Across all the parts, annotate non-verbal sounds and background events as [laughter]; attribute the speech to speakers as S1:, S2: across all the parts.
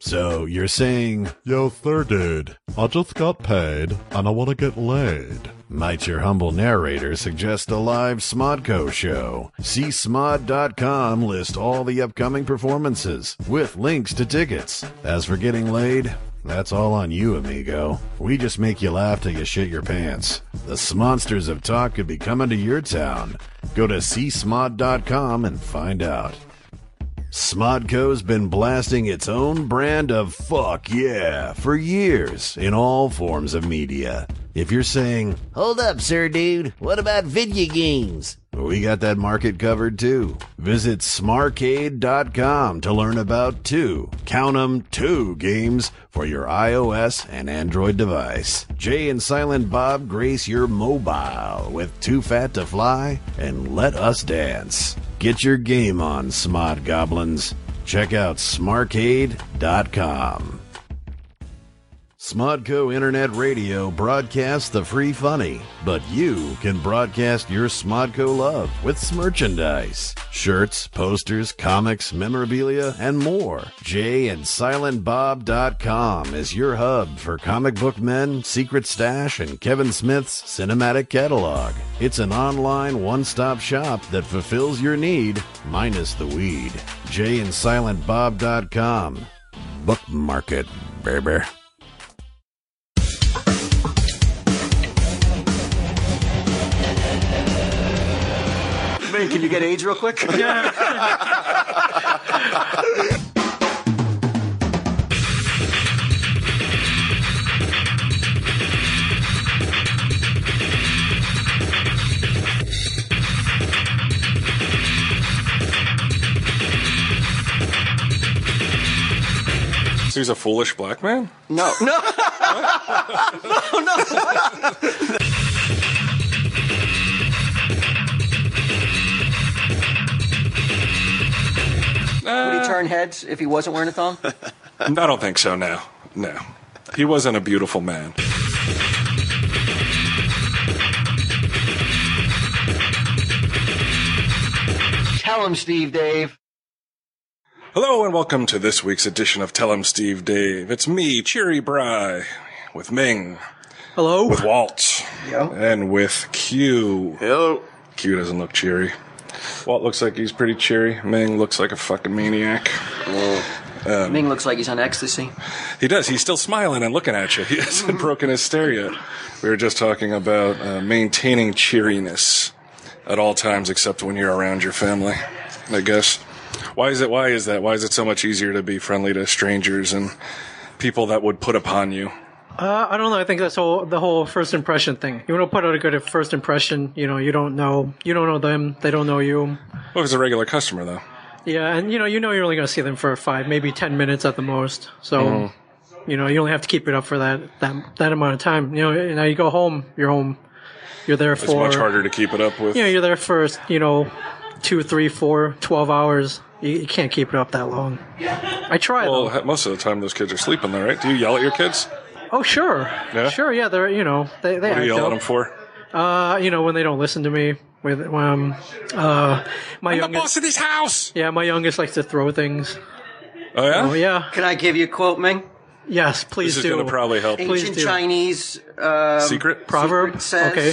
S1: So you're saying,
S2: Yo, third dude, I just got paid and I want to get laid.
S1: might your humble narrator suggest a live Smodco show? See Smod.com list all the upcoming performances with links to tickets. As for getting laid, that's all on you, amigo. We just make you laugh till you shit your pants. The Smonsters of Talk could be coming to your town. Go to csmod.com and find out. Smodco's been blasting its own brand of fuck yeah for years in all forms of media. If you're saying,
S3: Hold up, sir, dude. What about video games?
S1: we got that market covered too, visit smarcade.com to learn about two, count 'em, two games for your iOS and Android device. Jay and Silent Bob grace your mobile with Too Fat to Fly and Let Us Dance. Get your game on, Smod Goblins. Check out smarcade.com. Smodco Internet Radio broadcasts the free funny, but you can broadcast your Smodco love with merchandise. Shirts, posters, comics, memorabilia, and more. Jay and JayandSilentBob.com is your hub for comic book men, Secret Stash, and Kevin Smith's cinematic catalog. It's an online one-stop shop that fulfills your need, minus the weed. Jay and JayandSilentBob.com. Bookmark it, baby.
S4: Man, can you get AIDS real quick?
S5: So he's a foolish black man?
S4: [laughs] No. No. Would he turn heads if he wasn't wearing a thong?
S5: I don't think so, no. No. He wasn't a beautiful man.
S4: [laughs] Tell him, Steve Dave.
S5: Hello and welcome to this week's edition of Tell 'em Steve Dave. It's me, Cheery Bry, with Ming,
S6: Hello.
S5: with Walt,
S4: Yo.
S5: and with Q.
S7: Hello.
S5: Q doesn't look cheery. Walt looks like he's pretty cheery. Ming looks like a fucking maniac.
S4: Ming looks like he's on ecstasy.
S5: He does. He's still smiling and looking at you. He hasn't broken his stare yet. We were just talking about uh, maintaining cheeriness at all times, except when you're around your family. I guess. Why is it? Why is that? Why is it so much easier to be friendly to strangers and people that would put upon you?
S6: Uh, I don't know. I think that's all the whole first impression thing. You want to put out a good first impression. You know, you don't know, you don't know them. They don't know you.
S5: Well, if it's a regular customer, though.
S6: Yeah, and you know, you know, you're only going to see them for five, maybe ten minutes at the most. So,
S5: Mm-hmm.
S6: you know, you only have to keep it up for that that that amount of time. You know, now you go home. You're home. You're there
S5: It's
S6: for
S5: much harder to keep it up with.
S6: you know, you're there for you know, two, three, four, twelve hours. You, you can't keep it up that long. I try. though.
S5: well, ha- most of the time those kids are sleeping, though, right? Do you yell at your kids?
S6: Oh, sure.
S5: Yeah?
S6: Sure. Yeah, they're you know they they
S5: What do you
S6: act
S5: yell at
S6: out.
S5: them for?
S6: Uh, you know, when they don't listen to me, with um, uh, my youngest,
S5: of this house.
S6: yeah, my youngest likes to throw things.
S5: Oh yeah.
S6: Oh yeah,
S4: Can I give you a quote, Ming?
S6: yes,
S5: This
S6: please
S5: is
S6: do.
S5: going to um, probably help.
S6: Please
S4: Ancient
S6: do.
S4: Chinese um,
S5: Secret.
S6: Proverb
S4: says,
S6: okay.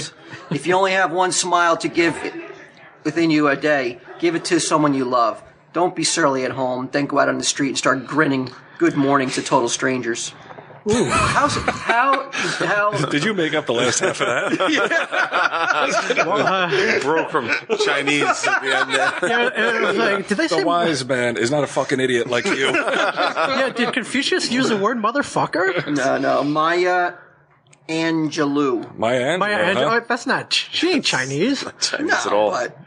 S4: [laughs] if you only have one smile to give within you a day, give it to someone you love. Don't be surly at home. Then go out on the street and start grinning good morning to total strangers.
S6: Ooh.
S4: How's, how,
S7: [laughs]
S4: how,
S5: Did you make up the last half of that?
S7: Broke from Chinese at the end there.
S6: Yeah, and it
S5: [laughs]
S6: was like, did they
S5: The
S6: say?
S5: wise man is not a fucking idiot
S4: [laughs]
S5: like you.
S6: Yeah, did Confucius use the word
S5: [laughs]
S6: motherfucker?
S4: no, no, Maya Angelou.
S5: Maya Angelou.
S6: Maya Angelou-
S5: huh?
S6: oh, that's not. She ain't Chinese.
S7: Chinese
S4: No,
S7: at all.
S4: but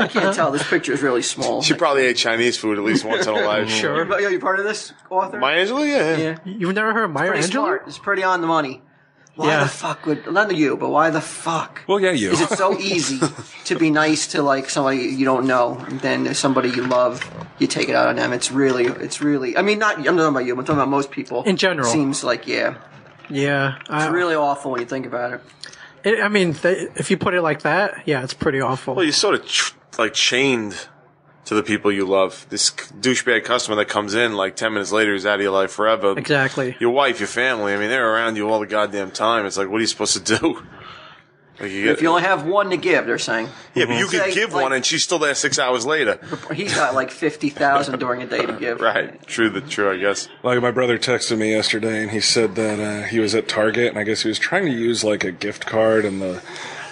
S4: I can't tell. This picture is really small.
S7: She probably ate Chinese food at least once in [laughs] her life.
S6: Sure.
S4: Are you part of this author?
S7: My Angela, yeah.
S4: yeah.
S6: You've never heard of Maya
S4: pretty smart.
S6: Angelou?
S4: It's pretty on the money. Why
S6: Yeah.
S4: the fuck would none of you? But why the fuck?
S5: Well, yeah,
S4: [laughs]
S5: you.
S4: Is it so easy to be nice to like somebody you don't know? And then there's somebody you love, you take it out on them. It's really, it's really. I mean, not. I'm not talking about you. I'm talking about most people
S6: In general.
S4: Seems like yeah,
S6: Yeah, I,
S4: it's really awful when you think about it.
S6: it, I mean, they, if you put it like that, yeah, it's pretty awful.
S7: Well, you sort of tr- like chained to the people you love. This c- douchebag customer that comes in like 10 minutes later is out of your life forever.
S6: Exactly.
S7: Your wife, your family, I mean, they're around you all the goddamn time. It's like, what are you supposed to do? [laughs] Like you
S4: If you only have one to give, they're saying.
S7: yeah, but you could
S4: Say,
S7: give
S4: like-
S7: one and she's still there six hours later.
S4: He's got like 50,000 during a day to give.
S7: Right. True, the true, I guess.
S5: Like my brother texted me yesterday, and he said that uh, he was at Target, and I guess he was trying to use like a gift card, and the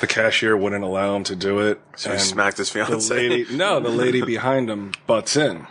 S5: the cashier wouldn't allow him to do it.
S7: he
S5: and
S7: smacked his
S5: the
S7: fiancée.
S5: lady- no, the lady behind him butts in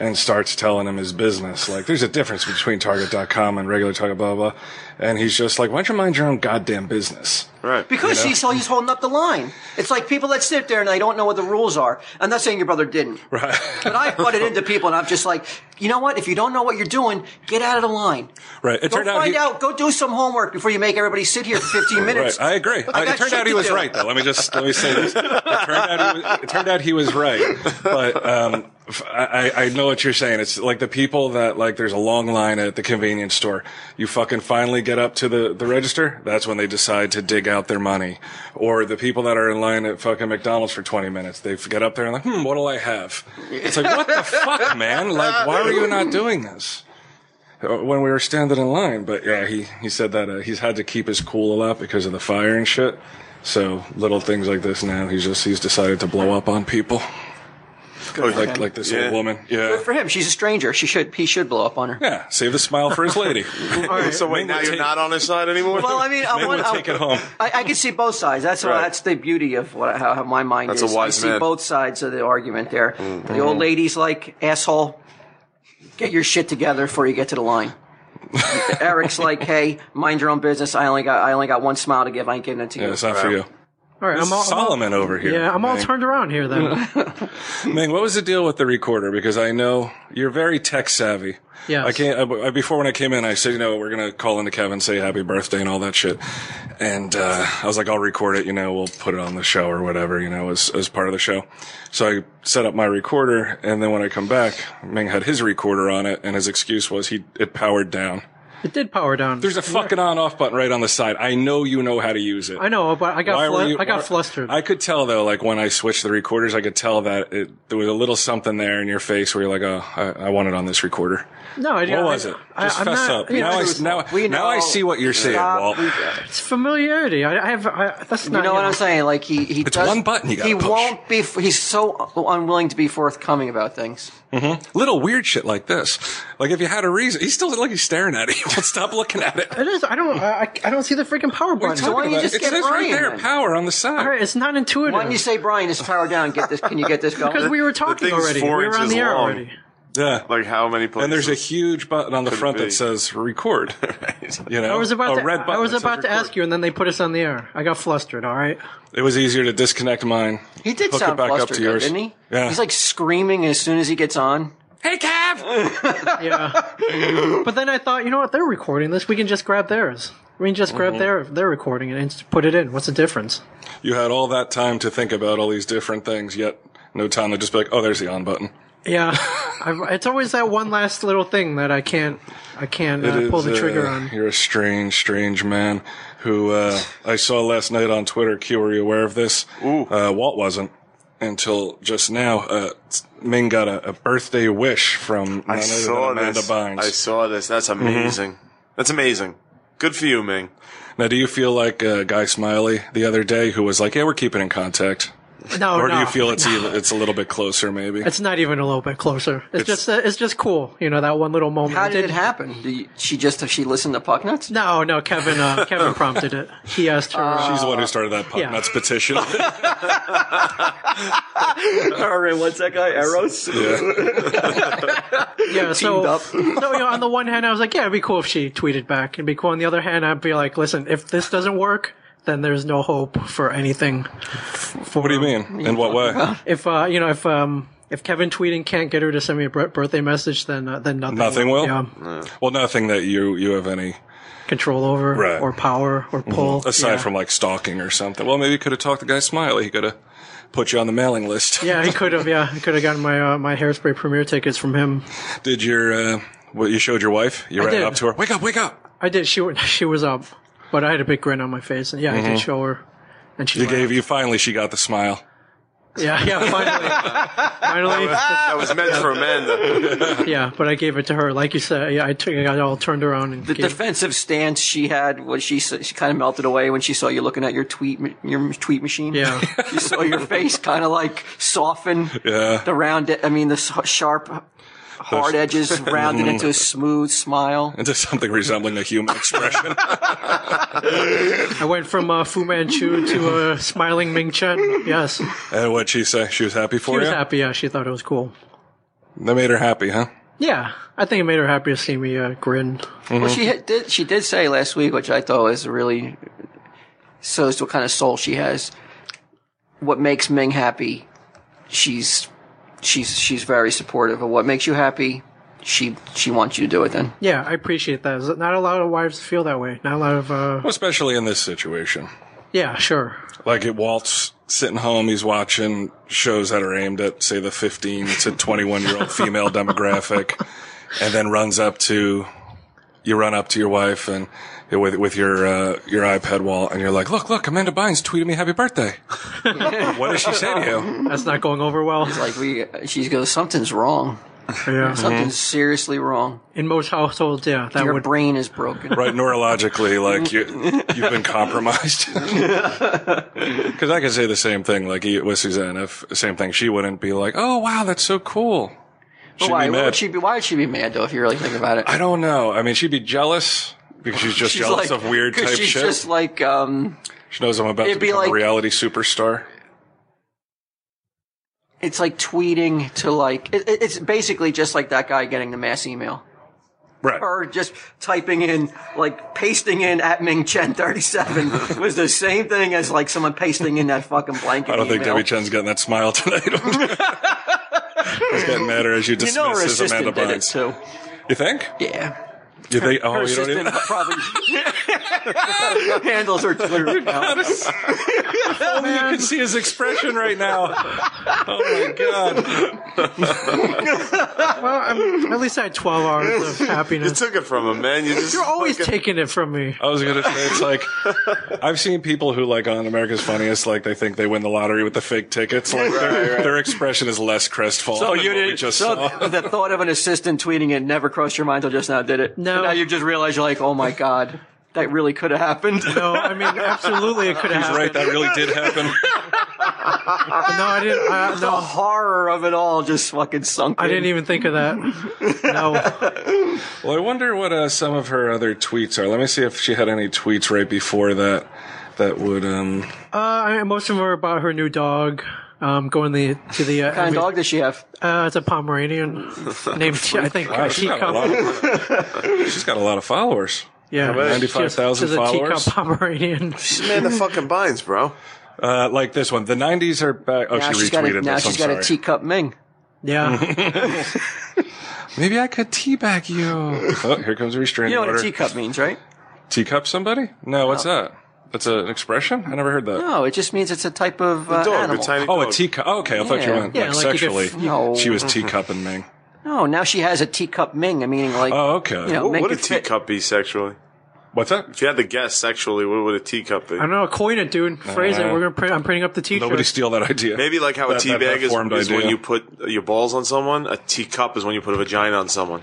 S5: and starts telling him his business. Like, there's a difference between Target.com and regular Target, blah blah. blah. And he's just like, "Why don't you mind your own goddamn business?"
S7: [laughs] Right.
S4: Because he's, he's holding up the line. It's like people that sit there and they don't know what the rules are. I'm not saying your brother didn't. Right. But I've butted into people and I'm just like, you know what? If you don't know what you're doing, get out of the line.
S5: [laughs] Right. It
S4: Go
S5: turned out
S4: find
S5: he-
S4: out. Go do some homework before you make everybody sit here for 15 minutes.
S5: Right, I agree.
S4: I
S5: it
S4: got
S5: turned
S4: shit
S5: out he
S4: to
S5: was
S4: do.
S5: right, though. Let me just let me say this. It turned out he was, it turned out he was right, but um, f- I, I- I know what you're saying. It's like the people that like there's a long line at the convenience store. You fucking finally get up to the the register. That's when they decide to dig out their money, or the people that are in line at fucking McDonald's for 20 minutes. They get up there and like, hmm, what'll I have? It's like what the fuck, man? Like, why are you not doing this? uh, when we were standing in line. But yeah, he, he said that uh, he's had to keep his cool a lot because of the fire and shit. So little things like this now, he's just he's decided to blow up on people like like this
S7: Yeah.
S5: old woman. Yeah,
S4: For him, she's a stranger. She should he should blow up on her.
S5: yeah. Save the smile for his
S6: [laughs]
S5: lady.
S7: so wait, now you're not on his side anymore?
S4: Well,
S5: [laughs]
S4: I mean, I
S5: Maybe
S4: want
S5: we'll take it home.
S4: I, I can see both sides. That's what,
S7: Right.
S4: that's the beauty of what how, how my mind
S7: That's
S4: is.
S7: a wise
S4: I see
S7: man. Mm-hmm.
S4: both sides of the argument there. The old lady's like asshole. Get your shit together before you get to the
S5: [laughs]
S4: line. Eric's like, hey, mind your own business. I only got I only got one smile to give. I ain't giving it to
S5: Yeah,
S4: you.
S5: it's not for you.
S6: All right, I'm all, I'm all-
S5: Solomon over here.
S6: yeah, I'm all
S5: Ming.
S6: turned around here
S5: [laughs]
S6: then.
S5: Ming, what was the deal with the recorder? Because I know you're very tech savvy.
S6: Yes.
S5: I can't. I, I- before when I came in, I said, you know, we're gonna call into Kevin, say happy birthday and all that shit. And uh, I was like, I'll record it. You know, we'll put it on the show or whatever. You know, as as part of the show. So I set up my recorder, and then when I come back, Ming had his recorder on it, and his excuse was he it powered down.
S6: It did power down.
S5: There's a fucking on off button right on the side. I know you know how to use it.
S6: I know, but I got
S5: Why were
S6: flu-
S5: you-
S6: I got
S5: why-
S6: flustered.
S5: I could tell though, like when I switched the recorders, I could tell that it, there was a little something there in your face where you're like, "Oh, I, I want it on this recorder."
S6: no, I,
S5: What
S6: I-
S5: was it?
S6: I,
S5: Just
S6: I'm
S5: fess
S6: not-
S5: up.
S6: you know,
S5: Now I,
S6: it's-
S5: now,
S4: We
S5: now I
S4: know.
S5: see what you're saying,
S4: Stop.
S5: Walt.
S4: We-
S6: it's familiarity. I, I have. I, that's
S4: You
S6: not.
S4: know what I'm saying? Like he he
S5: It's
S4: does,
S5: one button you gotta
S4: he
S5: push.
S4: won't be. He's so unwilling to be forthcoming about things.
S5: Little weird shit like this. Like if you had a reason, he's still like he's staring at it. [laughs] He won't stop looking at it.
S6: It is. I don't. I, I- I don't see the freaking power button.
S4: talking why don't you
S5: But
S4: just
S5: it
S4: get
S5: says right
S4: Brian,
S5: there,
S4: then?
S5: power on the side.
S6: All right, it's not intuitive.
S4: Why don't you say, Brian, this power down? Get this? Can you get this [laughs] going?
S6: because we were talking
S7: thing's
S6: already. We
S7: four
S6: were on
S7: inches
S6: the air
S7: long.
S6: already.
S5: Yeah.
S7: like how many places?
S5: and there's a huge button on the front
S7: be?
S5: that says record. You know,
S6: I was about
S5: a
S6: to.
S5: red button
S6: I was
S5: that says
S6: about to
S5: record.
S6: ask you, and then they put us on the air. I got flustered. All right.
S5: It was easier to disconnect mine.
S4: He did
S5: Hook it
S4: sound
S5: back up
S4: flustered,
S5: to
S4: though,
S5: yours.
S4: didn't he?
S5: Yeah.
S4: He's like screaming as soon as he gets on. [laughs]
S5: Hey, Cav.
S6: Yeah. but then I thought, you know what? They're recording this. We can just grab theirs. We can just grab
S4: Mm-hmm.
S6: their their recording and inst- put it in. What's the difference?
S5: You had all that time to think about all these different things, yet no time to just be like, oh, there's the on button.
S6: Yeah. [laughs] i it's always that one last little thing that I can't. I can't
S5: It
S6: uh, pull
S5: is,
S6: the trigger
S5: uh,
S6: on.
S5: You're a strange, strange man who uh, I saw last night on Twitter. Q, were you aware of this? Ooh. Uh, Walt wasn't until just now. Uh, Ming got a, a birthday wish from none
S7: I
S5: other than
S7: saw
S5: Amanda
S7: this.
S5: Bynes.
S7: I saw this. That's amazing. That's amazing. Good for you, Ming.
S5: Now, do you feel like uh, Guy Smiley the other day, who was like, "Yeah, we're keeping in contact,"
S6: No.
S5: or do
S6: Oh, no.
S5: you feel it's even, it's a little bit closer, maybe?
S6: It's not even a little bit closer. It's, just uh, it's just cool, you know, that one little moment.
S4: How
S6: It
S4: did it
S6: didn't-
S4: happen? Did you- she just she listened to Pucknuts?
S6: No, no, Kevin.
S5: [laughs]
S6: Uh, Kevin prompted it. He asked her. uh,
S5: She's the one who started that pop
S6: yeah.
S5: nuts
S6: [laughs]
S5: petition.
S4: [laughs] All right, what's that guy? Arrows.
S6: yeah, so
S4: up.
S6: [laughs] so you know, on the one hand, I was like, yeah, it'd be cool if she tweeted back. It'd be cool. On the other hand, I'd be like, listen, if this doesn't work, then there's no hope for anything. For,
S5: what do you mean? In what way?
S6: If uh, you know, if um, if Kevin tweeting can't get her to send me a bir- birthday message, then uh, then nothing.
S5: Nothing will?
S6: Yeah,
S5: Well, nothing that you you have any
S6: control over
S5: Right. Mm-hmm.
S6: or power or pull.
S5: aside
S6: yeah.
S5: from like stalking or something. Well, maybe you could have talked to Guy Smiley. He could have put you on the mailing list.
S6: Yeah, he could have. Yeah, he could have gotten my uh, my hairspray premiere tickets from him.
S5: Did your uh, what you showed your wife? You ran
S6: did.
S5: up to her. Wake up! Wake up!
S6: I did. She wa- [laughs] she was up, but I had a big grin on my face, and yeah, I did show her. And she
S5: You
S6: laughed.
S5: gave you finally. She got the smile.
S6: Yeah, yeah. Finally, finally.
S7: That was meant for Amanda.
S6: [laughs] Yeah, but I gave it to her, like you said. Yeah, I took. I got all turned around and
S4: The
S6: gave.
S4: defensive stance she had was she s- she kind of melted away when she saw you looking at your tweet ma- your tweet machine.
S6: Yeah.
S4: she saw your face kind of like soften.
S5: Yeah.
S4: the round. I mean, the s- sharp, hard edges rounded into a smooth smile.
S5: Into something resembling a human
S6: [laughs]
S5: expression.
S6: I went from uh, Fu Manchu to uh, smiling Ming Chen. Yes,
S5: and what'd she say? She was happy for
S6: she
S5: you?
S6: was happy. Yeah, she thought it was cool.
S5: That made her happy, huh?
S6: Yeah, I think it made her happy to see me uh, grin.
S4: Well, she had- did. She did say last week, which I thought was really shows what kind of soul she has. What makes Ming happy? She's she's she's very supportive of what makes you happy. She she wants you to do it. Then
S6: Yeah, I appreciate that. There's Not a lot of wives feel that way. Not a lot of. Uh,
S5: Well, especially in this situation.
S6: yeah, sure.
S5: Like it Walt's sitting home, he's watching shows that are aimed at, say, the 15 to 21 year old female demographic, and then runs up to, you run up to your wife and with, with your, uh, your iPad wall, and you're like, look, look, Amanda Bynes tweeted me happy
S4: [laughs]
S5: birthday. what did she say to you?
S6: That's not going over well.
S4: like we, she goes, something's wrong.
S6: Yeah.
S4: Something's seriously wrong.
S6: In most households, yeah, that
S4: Your
S6: would.
S4: brain is broken.
S5: Right, neurologically, like you, you've
S4: [laughs]
S5: been compromised. Because I could say the same thing, like e- with Suzanne, if same thing, she wouldn't be like, "Oh wow, that's so cool." She'd
S4: But why?
S5: be
S4: Why
S5: mad.
S4: would she be? Why would she be mad though? If you really think about it,
S5: I don't know. I mean, she'd be jealous because she's [laughs] just jealous of weird
S4: 'cause
S5: type
S4: she's
S5: shit.
S4: just like um,
S5: she knows I'm about to
S4: it'd be
S5: become
S4: like-
S5: a reality superstar.
S4: it's like tweeting to like it, it- it's basically just like that guy getting the mass email
S5: Right.
S4: or just typing in like pasting in at Ming Chen thirty seven
S5: [laughs]
S4: was the same thing as like someone pasting in that fucking blanket.
S5: I don't think
S4: email.
S5: Debbie Chen's getting that smile [laughs] tonight.
S4: [laughs]
S5: it's getting madder as you
S4: You
S5: dismiss
S4: know her
S5: as Amanda
S4: assistant did it
S5: Bynes.
S4: too.
S5: Oh, You think?
S4: Yeah,
S5: You think? Oh,
S4: her
S5: you don't
S4: assistant
S5: even.
S4: probably
S5: [laughs]
S4: [laughs] handles her Twitter account.
S5: Only you Oh, can see his expression right now. Oh my god!
S6: Well, I'm, at least I had 12 hours of [laughs]
S7: You
S6: happiness.
S7: took it from him, man. You just
S6: You're always taking it from me.
S5: I was gonna say it's like I've seen people who like on America's Funniest, like they think they win the lottery with the fake tickets. Like their, their expression is less crestfallen.
S4: So
S5: than
S4: Oh, you
S5: what we
S4: didn't.
S5: just
S4: so [laughs]
S5: saw.
S4: the thought of an assistant tweeting it never crossed your mind till just now, did it?
S6: No.
S4: And now you just realized you're like, oh my god, that really could have happened. [laughs]
S6: No, I mean, absolutely, it could have
S5: right,
S6: happened.
S5: that really did happen.
S6: No, I didn't. I,
S4: The
S6: no,
S4: horror of it all just fucking sunk.
S6: I
S4: in.
S6: didn't even think of that. No,
S5: Well, I wonder what uh, some of her other tweets are. Let me see if she had any tweets right before that that would. um
S6: uh, I, most of them are about her new dog. Um, going the to the uh,
S4: What kind
S6: every-
S4: of dog does she have?
S6: Uh, it's a Pomeranian
S5: [laughs]
S6: named T- I think
S5: wow, she's got a lot.
S6: Teacup.
S5: Of, she's got a lot of followers.
S6: Yeah, She
S5: 95,000
S6: has- she has
S5: followers.
S6: A
S5: [laughs]
S6: teacup Pomeranian.
S7: Amanda fucking binds, bro.
S5: Uh, like this one. The '90s are back. Oh,
S4: Now
S5: she
S4: she's
S5: retweeted
S4: got a,
S5: this.
S4: now
S5: I'm
S4: she's got
S5: sorry.
S4: a teacup Ming.
S6: Yeah,
S5: Maybe I could teabag you. oh, here comes a restraining
S4: You know what
S5: order.
S4: a teacup means, right?
S5: Teacup somebody? No, what's that? That's a, an expression? I never heard that.
S4: No, it just means it's a type of uh,
S7: Dog,
S4: animal.
S7: a tiny
S5: Oh, a
S7: dog.
S5: teacup. Oh, okay, I thought you
S4: Yeah.
S5: meant
S6: Yeah,
S5: like,
S6: like you could
S5: sexually.
S6: f-
S4: No.
S5: She was teacup and Ming.
S4: No, Oh, now she has a teacup Ming. I meaning like
S5: Oh, okay.
S4: you know,
S7: What
S4: make
S7: would a
S4: it fit.
S7: teacup be sexually?
S5: What's that?
S7: If you had to guess sexually, what would a teacup be?
S6: I don't know. Coin it, dude. Phrase it. We're gonna print. I'm printing up the T-shirt.
S5: Nobody steal that idea.
S7: Maybe like how a
S5: That- that- that
S7: teabag is,
S5: formed
S7: is when
S5: idea.
S7: you put your balls on someone. A teacup is when you put a vagina on someone.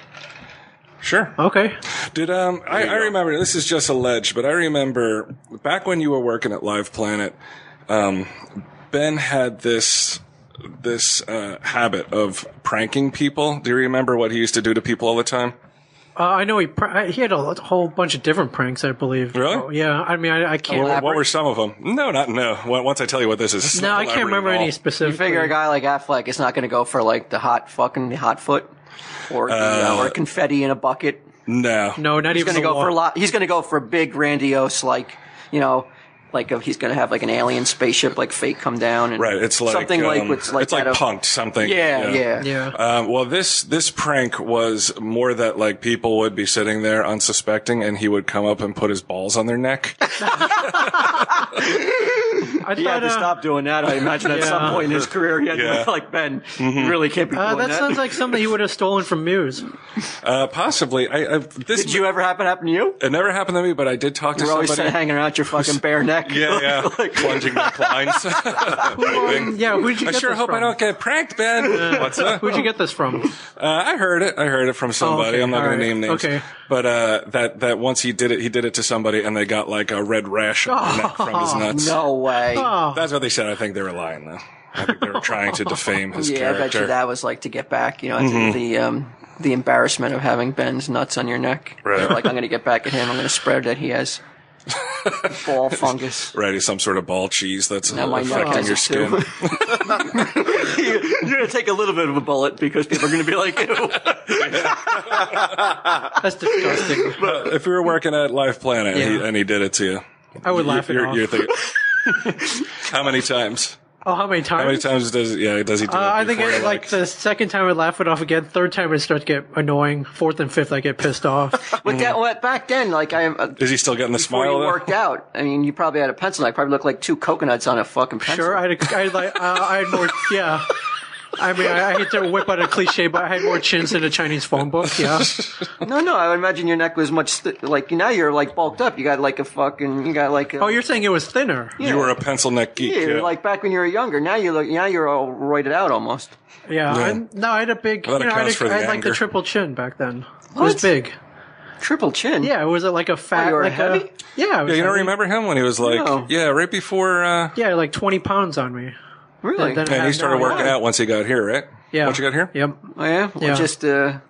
S5: Sure.
S6: okay.
S5: Did um I, I remember this is just alleged, but I remember back when you were working at Live Planet, um, Ben had this this uh, habit of pranking people. Do you remember what he used to do to people all the time?
S6: Uh, I know he pr- I- he had a lo- whole bunch of different pranks, I believe.
S5: Really?
S6: Oh, yeah. I mean, I, I can't.
S5: What were some of them? No, not no. Well, Once I tell you what this is, it's
S6: no,
S5: not
S6: I can't
S5: elaborate
S6: remember
S5: at all.
S6: any specific.
S4: Figure a guy like Affleck is not going to go for like the hot fucking hot foot or
S5: Uh,
S4: you know, or confetti in a bucket.
S5: No,
S6: No, not
S4: He's
S6: even
S4: going to go
S6: the
S4: for
S6: wa-
S4: a lot. He's going to go for big grandiose like you know. Like a, he's gonna have like an alien spaceship, like fake come down, and
S5: Right, it's like
S4: something like
S5: um,
S4: what's like
S5: it's like
S4: that of-
S5: punked something.
S4: Yeah, yeah,
S6: Yeah.
S4: [laughs]
S5: Um, well, this this prank was more that like people would be sitting there unsuspecting, and he would come up and put his balls on their neck.
S6: I
S4: He had
S6: thought,
S4: to
S6: uh,
S4: stop doing that. I imagine at some
S6: Yeah.
S4: point in his career, he had to
S5: Yeah. Mm-hmm.
S4: be like Ben. You really can't be doing
S6: Uh,
S4: that.
S6: that sounds like something he would have stolen from Muse.
S5: Uh, possibly, I, I this
S4: Did you ever happen happen to you?
S5: it never happened to me, but I did talk to
S4: You're always
S5: somebody. [laughs]
S4: hanging around your fucking bare neck. [laughs]
S5: Yeah, yeah. Plunging [laughs] necklines. Waving.
S6: yeah, who'd you
S5: I
S6: get
S5: sure
S6: this
S5: hope
S6: from?
S5: I don't get pranked, Ben. What's up?
S6: Who'd you get
S5: [laughs]
S6: this from?
S5: Uh, I heard it. I heard it from somebody.
S6: okay.
S5: I'm not
S6: All
S5: going
S6: right.
S5: to name names.
S6: Okay.
S5: But uh, that that once he did it, he did it to somebody, and they got like a red rash on their neck from his nuts.
S4: Oh, No way.
S5: That's what they said. I think they were lying though. I think they were trying to defame
S4: [laughs]
S5: his
S4: yeah, I bet
S5: character.
S4: you that was like to get back, you know, the um, the embarrassment of having Ben's nuts on your neck.
S5: Right.
S4: Like I'm going to get back at him. I'm going to spread that he [laughs] has ball fungus.
S5: Right, he's some sort of ball cheese that's
S4: Now my neck has
S5: affecting your
S4: it
S5: skin.
S4: [laughs] too. [laughs] You're going to take a little bit of a bullet because people are going to be like, Ew.
S6: That's disgusting.
S5: But if we were working at Life Planet and, he,
S4: Yeah.
S5: and he did it to you,
S6: I would laugh at
S5: you're,
S6: off.
S5: you're thinking,
S6: [laughs]
S5: how many times?
S6: oh, how many times?
S5: How many times does yeah does he do
S6: Uh,
S5: it?
S6: I think
S5: before
S6: it,
S5: you,
S6: like, the second time I laugh it off again. Third time it starts to get annoying. Fourth and fifth I get
S4: [laughs]
S6: pissed off.
S4: [laughs] but that what back then, like I uh,
S5: is he still getting the
S4: before you
S5: smile? though?
S4: worked out. I mean, you probably had a pencil. I probably looked like two coconuts on a fucking pencil.
S6: sure, I had, a, I had like uh, I had more. Yeah, I mean I, I hate to whip out a cliche, but I had more chins than a Chinese phone book.
S5: [laughs]
S6: Yeah,
S4: No, no. I would imagine your neck was much th- like now you're like bulked up. You got like a fucking. You got like. A,
S6: oh, you're saying it was thinner?
S5: You were a pencil neck geek.
S4: Yeah,
S5: yeah.
S4: like back when you were younger. Now you look. Now you're all roided out almost.
S6: Yeah, I, no, I had a big.
S5: Well, that
S6: you know, I had,
S5: accounts
S6: a,
S5: for the
S6: I had like the
S5: anger.
S6: triple chin back then. It was
S4: What?
S6: big.
S4: Triple chin.
S6: Yeah, it was uh, like a fat.
S4: you were
S6: like
S4: heavy?
S6: A, yeah, it was
S5: Yeah, you don't
S6: heavy.
S5: remember him when he was like,
S4: No.
S5: yeah, right before. Uh,
S6: Yeah, like twenty pounds on me.
S4: really.
S6: Then I
S5: and he
S6: had
S5: started
S6: no-
S5: working out once he got here, right?
S6: Yeah.
S5: Once you got here,
S6: Yep.
S4: oh yeah. Well,
S6: Yeah.
S4: Just uh,
S6: A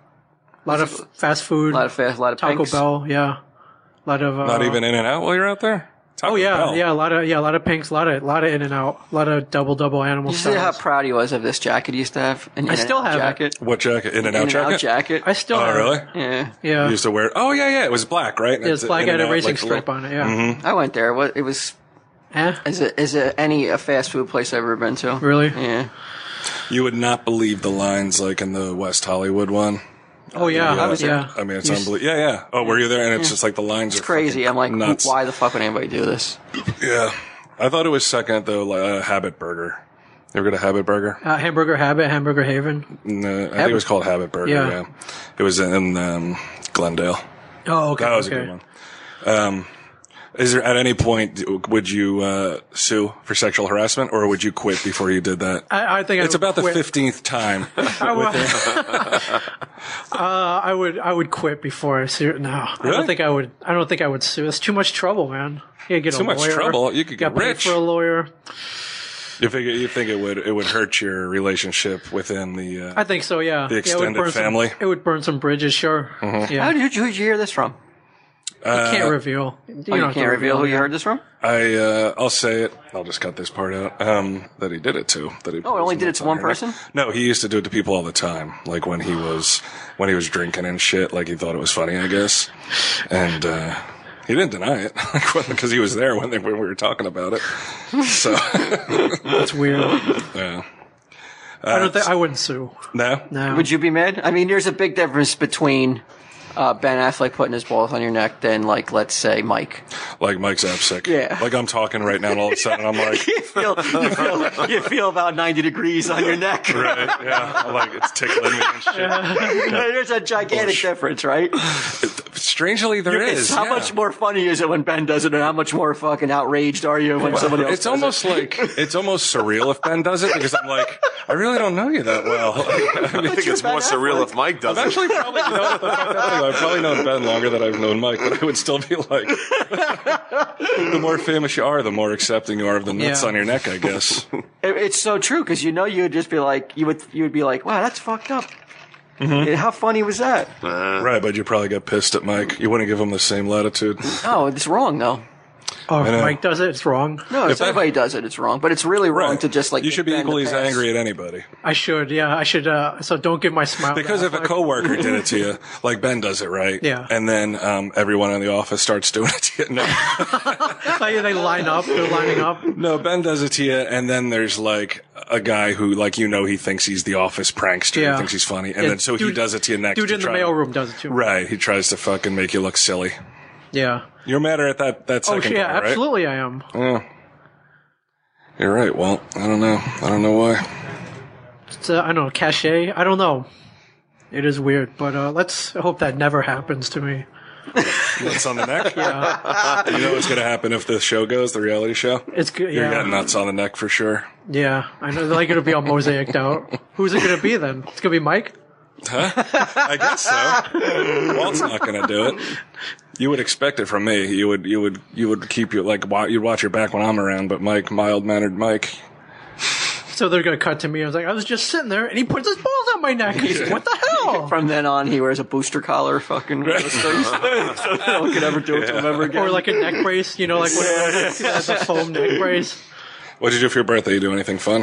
S6: lot of fast food.
S4: a lot of fast. A lot of
S6: Taco
S4: pinks.
S6: Bell. Yeah. A lot of. Uh,
S5: not even in and out while you're out there. Taco
S6: Oh yeah,
S5: Bell.
S6: yeah, a lot of yeah, a lot of pinks, a lot of lot of in and out, a lot of double double animal
S4: You see how
S6: styles.
S4: proud he was of this jacket he used to have. An
S6: I still
S4: In-N-Out
S6: have it.
S4: jacket.
S5: What jacket? In and out
S4: In-N-Out
S5: jacket.
S4: jacket.
S6: I still.
S5: Oh
S6: have it.
S5: really?
S4: yeah.
S5: You
S6: Yeah.
S5: used to wear. Oh yeah, yeah. It was black, right?
S6: It's black had a
S5: In-N-Out,
S6: racing
S5: like the
S6: stripe
S5: little- Mm-hmm.
S6: on it. Yeah.
S4: I went there. What it was.
S6: Eh?
S4: Is it is it any a fast food place I've ever been to?
S6: Really?
S4: Yeah.
S5: You would not believe the lines like in the West Hollywood one.
S6: Oh yeah.
S5: Yeah.
S6: Yeah.
S5: I mean, it's
S6: You-
S5: unbelievable. Yeah, yeah. Oh, were you there? And it's just like the lines are
S4: Crazy.
S5: fucking
S4: I'm like,
S5: nuts.
S4: why the fuck would anybody do this?
S5: Yeah. I thought it was second though. Like uh, Habit Burger. You ever go to Habit Burger?
S6: Uh, hamburger Habit, Hamburger Haven.
S5: No, I think it was called Habit Burger. Yeah.
S6: Yeah.
S5: It was in um, Glendale.
S6: Oh, okay.
S5: That was
S6: okay.
S5: a good one. Um, is there at any point would you uh, sue for sexual harassment, or would you quit before you did that?
S6: I, I think
S5: it's
S6: I would
S5: about the
S6: quit.
S5: fifteenth
S6: [laughs]
S5: time.
S6: I would, uh, I would I would quit before I sue. No, I
S5: Really?
S6: don't think I would. I don't think I would sue. It's too much trouble, man. You gotta get
S5: Too
S6: a
S5: much
S6: lawyer.
S5: trouble. You could get
S6: gotta pay
S5: rich.
S6: for a lawyer.
S5: you think you think it would it would hurt your relationship within the?
S6: I
S5: Uh,
S6: think so. Yeah, the
S5: extended family? Mm-hmm.
S6: Some, it would burn some bridges, sure.
S4: How
S6: Yeah,
S4: did you, who'd you hear this from?
S5: uh,
S6: can't reveal.
S4: Oh,
S6: You, don't
S4: you
S6: have to
S4: can't reveal who
S6: yeah.
S4: you heard this from.
S5: I uh, I'll say it. I'll just cut this part out. Um, that he did it to. That he.
S4: Oh, it only did it to one
S5: Her neck.
S4: person?
S5: No, he used to do it to people all the time. Like when he was when he was drinking and shit. Like he thought it was funny, I guess. And uh, he didn't deny it [laughs] because he was there when they, when we were talking about it. So [laughs]
S6: That's weird.
S5: yeah. Uh,
S6: I don't think I wouldn't sue.
S5: no,
S6: No.
S4: Would you be mad? I mean, there's a big difference between uh, Ben Affleck putting his balls on your neck than, like, let's say Mike.
S5: like Mike's absent.
S4: Yeah.
S5: like I'm talking right now, and all of a sudden I'm
S4: [laughs]
S5: like,
S4: You feel, you feel, you feel about 90 degrees on your neck. [laughs]
S5: right, yeah, like it's tickling me and shit.
S4: there's a gigantic difference, right?
S5: Strangely, there is.
S4: It's how
S5: yeah.
S4: much more funny is it when Ben does it, and how much more fucking outraged are you when somebody else?
S5: It's
S4: does
S5: almost like [laughs] it's almost surreal if Ben does it because I'm like, I really don't know you that well. [laughs] Like, I mean,
S7: I think it's more surreal if Mike does
S5: I've
S7: it.
S5: actually probably known what the fuck happened to you. I've probably known Ben longer than I've known Mike, but I would still be like, [laughs] the more famous you are, the more accepting you are of the nuts
S6: Yeah.
S5: on your neck, I guess.
S4: It? It- It's so true because you know you'd just be like, you would, you would be like, wow, that's fucked up.
S5: Mm-hmm.
S4: Yeah, How funny was that?
S5: [laughs] right, but you probably get pissed at Mike. You wouldn't give him the same
S4: [laughs]
S5: latitude.
S4: No, it's wrong though.
S6: oh, if
S5: know.
S6: Mike does it. It's wrong.
S4: No, if
S5: I-
S4: anybody does it, it's wrong. But it's really wrong
S5: Right.
S4: to just like
S5: you should be
S4: bend the
S5: equally as
S4: pass.
S5: angry at anybody.
S6: I should. Yeah, I should. Uh, so don't give my smile.
S5: Because if
S6: back.
S5: a coworker did it to you, like Ben does it, right?
S6: Yeah.
S5: And then um, everyone in the office starts doing it to you. No.
S6: Like, they line up, they're lining up.
S5: No, Ben does it to you, and then there's like a guy who, like, you know, he thinks he's the office prankster. He
S6: Yeah.
S5: thinks he's funny, and
S6: Yeah,
S5: then so he
S6: dude-
S5: does it to you next.
S6: Dude
S5: to
S6: in the
S5: try to-
S6: mailroom does it too.
S5: Right, he tries to fucking make you look silly.
S6: Yeah.
S5: You're madder at that that
S6: Oh
S5: second
S6: yeah,
S5: guy, right?
S6: absolutely. I am.
S5: You're right. Well, I don't know. I don't know why.
S6: It's, uh, I don't know cachet. I don't know. It is weird, but uh, let's hope that never happens to me.
S5: nuts on the
S6: [laughs]
S5: neck. You know what's going to happen if the show goes, the reality show?
S6: It's good.
S5: You're
S6: Yeah,
S5: getting nuts on the neck for sure.
S6: yeah. I know they're like gonna be all mosaiced out. Who's it gonna be then? It's gonna be Mike.
S5: I guess so. [laughs] Walt's not going to do it. You would expect it from me. You would, you would, you would keep your like wa- you'd watch your back when I'm around. But Mike, mild mannered Mike,
S6: So they're gonna cut to me. I was like, I was just sitting there, and he puts his balls on my neck. What the
S5: [laughs]
S6: hell?
S4: From then on, he wears a booster collar, fucking. [laughs] around his face. so no one could ever do it to him ever again.
S6: Or like a neck brace, you know, [laughs] like
S5: [laughs]
S6: whatever. That's a foam neck brace.
S5: what did you do for your birthday? You do anything fun?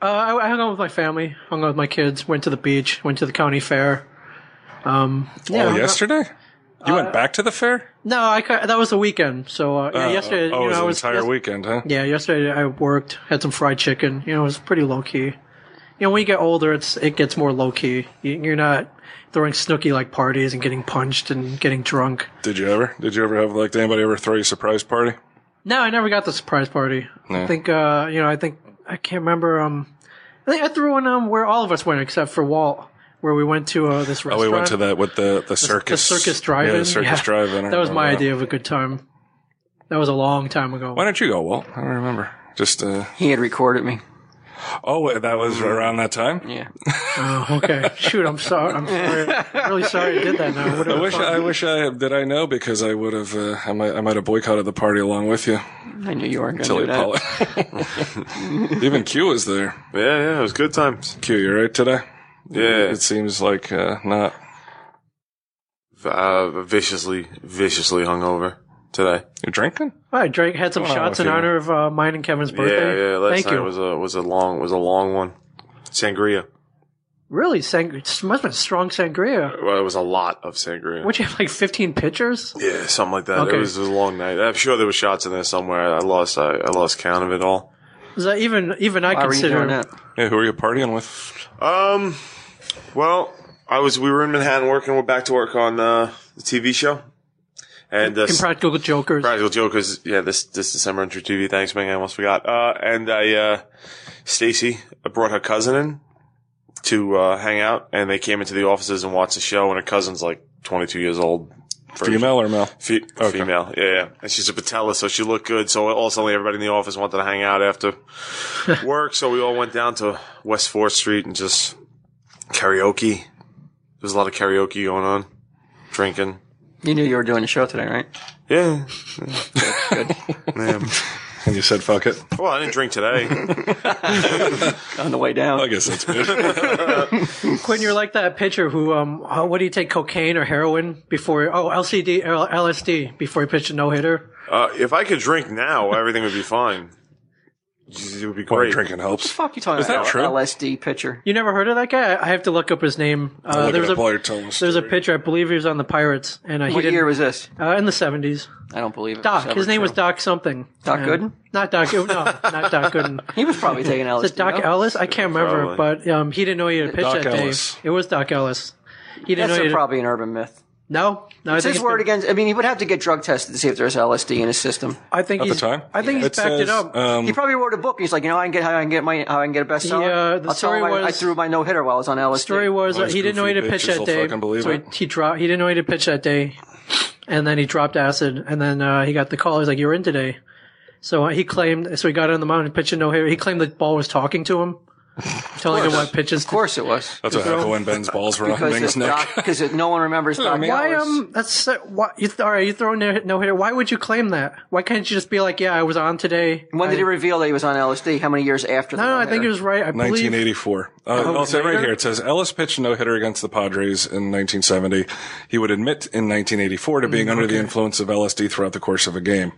S6: Uh, I, I hung out with my family, hung out with my kids, went to the beach, went to the county fair. Um, yeah,
S5: oh, yesterday. You
S6: Uh,
S5: went back to the fair?
S6: No, I ca- that was the weekend. So uh, yeah, yesterday,
S5: Oh,
S6: you
S5: it was
S6: know, I
S5: an
S6: was
S5: entire
S6: yes-
S5: weekend, huh?
S6: Yeah, yesterday I worked, had some fried chicken. You know, it was pretty low key. You know, when you get older, it's it gets more low key. You're not throwing snooky like parties and getting punched and getting drunk.
S5: Did you ever? Did you ever have like? Did anybody ever throw you a surprise party?
S6: No, I never got the surprise party. I think uh, you know, I think I can't remember. Um, I think I threw one um where all of us went except for Walt, where we went to uh, this
S5: Oh,
S6: restaurant.
S5: we went to that with the the
S6: the
S5: circus,
S6: circus drive-in.
S5: Yeah, the circus
S6: Yeah.
S5: drive-in. I
S6: That was my
S5: remember
S6: idea of a good time. That was a long time ago.
S5: Why don't you go, Walt? I don't remember. Just uh,
S4: he had recorded me.
S5: oh, that was around that time.
S4: Yeah.
S6: Oh, okay. Shoot, I'm sorry. I'm sorry. I'm really sorry I did that. Now, What
S5: I
S6: a-
S5: wish I wish I did I know because I would have uh, I might I might have boycotted the party along with you.
S4: I knew you weren't going to
S5: Tilly
S4: do that.
S5: Polly.
S6: [laughs]
S5: Even Q was there.
S7: Yeah, yeah, it was good times.
S5: Q, you right today?
S7: Yeah,
S5: It seems like uh, not.
S7: uh, viciously, viciously hungover today.
S5: You're drinking?
S6: I drank, had some
S5: Wow,
S6: shots in
S5: okay.
S6: honor of uh, mine and Kevin's birthday.
S7: Yeah, yeah. Last
S6: Thank
S7: night
S6: you.
S7: was a was a long was a long one. Sangria.
S6: really, sang- it must have been strong sangria.
S7: Well, it was a lot of sangria.
S6: What you have like 15 pitchers?
S7: yeah, something like that.
S6: Okay.
S7: It, was, it was a long night. I'm sure there were shots in there somewhere. I lost I, I lost count of it all.
S6: Is that even even I
S4: Why were you
S6: consider
S4: doing that?
S5: Yeah. Who are you partying with?
S7: Um, well, I was we were in Manhattan working. We're back to work on uh, the TV show and uh,
S6: impractical jokers?
S7: Practical Jokers, yeah, this this December on True TV. Thanks, man. I almost forgot. Uh, and I, uh, Stacy brought her cousin in to uh, hang out, and they came into the offices and watched the show. And her cousin's like 22 years old, First-
S5: Female or male?
S7: fe- female, yeah, yeah. And she's a patella, so she looked good. So all suddenly, everybody in the office wanted to hang out after work. So we all went down to West Fourth Street and just karaoke. There's a lot of karaoke going on, drinking.
S4: You knew you were doing the show today, right?
S7: Yeah, Yeah.
S5: And you said [laughs] fuck it.
S7: Well, I didn't drink today.
S4: On the way down.
S5: I guess [laughs] that's good.
S6: Quinn, you're like that pitcher who, um, how, what do you take, cocaine or heroin before, oh, LCD, or LSD before you pitch a no hitter?
S7: Uh, if I could drink now, everything would be fine. It would be
S5: Well,
S7: great.
S5: drinking helps.
S6: Uh,
S4: fuck you talking
S5: Is that
S4: about?
S5: true?
S4: LSD pitcher.
S6: You never heard of that guy? I I have to look up his name. Uh,
S5: Look
S6: there's
S5: it up while
S6: a
S5: you're telling the
S6: there's a
S5: story.
S6: pitcher. I believe he was on the Pirates, and uh, he
S4: What
S6: did
S4: year was this?
S6: uh, in the 70s.
S4: I don't believe it.
S6: Doc.
S4: It's
S6: His
S4: ever
S6: name was
S4: true.
S6: Doc something.
S4: Doc
S6: And-
S4: Gooden?
S6: Not Doc. No,
S4: [laughs]
S6: not Doc Gooden.
S4: He was probably [laughs] taking LSD.
S6: Was it Doc
S4: no?
S6: Ellis? I can't remember,
S7: Probably.
S6: but um, he didn't know he had a pitch
S5: Doc
S6: that day.
S5: Ellis.
S6: It was Doc Ellis. He
S4: That's
S6: didn't know he
S4: a-
S6: had.
S4: probably an urban myth.
S6: No, no. I
S4: It's
S6: think
S4: his
S6: it's
S4: word
S6: been-
S4: against. I mean, he would have to get drug tested to see if there's LSD in his system.
S6: I think
S5: At the
S6: he's.
S5: time,
S6: I think he's backed
S5: says,
S6: it up.
S5: Um,
S4: He probably wrote a book. He's like, you know, I can get how I can get my how I can get a bestseller.
S6: Yeah, the
S4: I'll tell
S6: story
S4: him I, I
S6: was-
S4: threw my no hitter while I was on LSD.
S6: story was that
S5: those
S6: he didn't know he had
S5: goofy
S6: a pitch
S5: bitches
S6: that
S5: will
S6: day.
S5: fucking believe
S6: so he,
S5: it.
S6: he dropped. He didn't know he had a pitch that day, and then he dropped acid. And then uh, he got the call. He's like, "You're in today." So uh, he claimed. So he got on the mound and pitched a no hitter. He claimed the ball was talking to
S5: [laughs]
S6: him, telling him what pitches.
S4: Of course, it was
S5: that's what happened when Ben's balls were on
S4: because
S5: Bing's
S4: it's
S5: neck.
S4: Doc because it- no one [laughs] remembers Doc
S5: mean-
S6: Why
S4: Ellis.
S6: um that's uh, why you th- all right you throw no no hitter why would you claim that why can't you just be like yeah I was on today
S4: when
S6: I-
S4: did he reveal that he was on LSD? How many years after?
S6: no,
S4: the
S6: no I think
S4: no-hitter?
S6: he was right I believe Oh,
S5: 1984. Uh, I'll say right here. It says Ellis pitched no hitter against the Padres in 1970. He would admit in 1984 to
S6: Mm,
S5: being under the influence of LSD throughout the course of a game.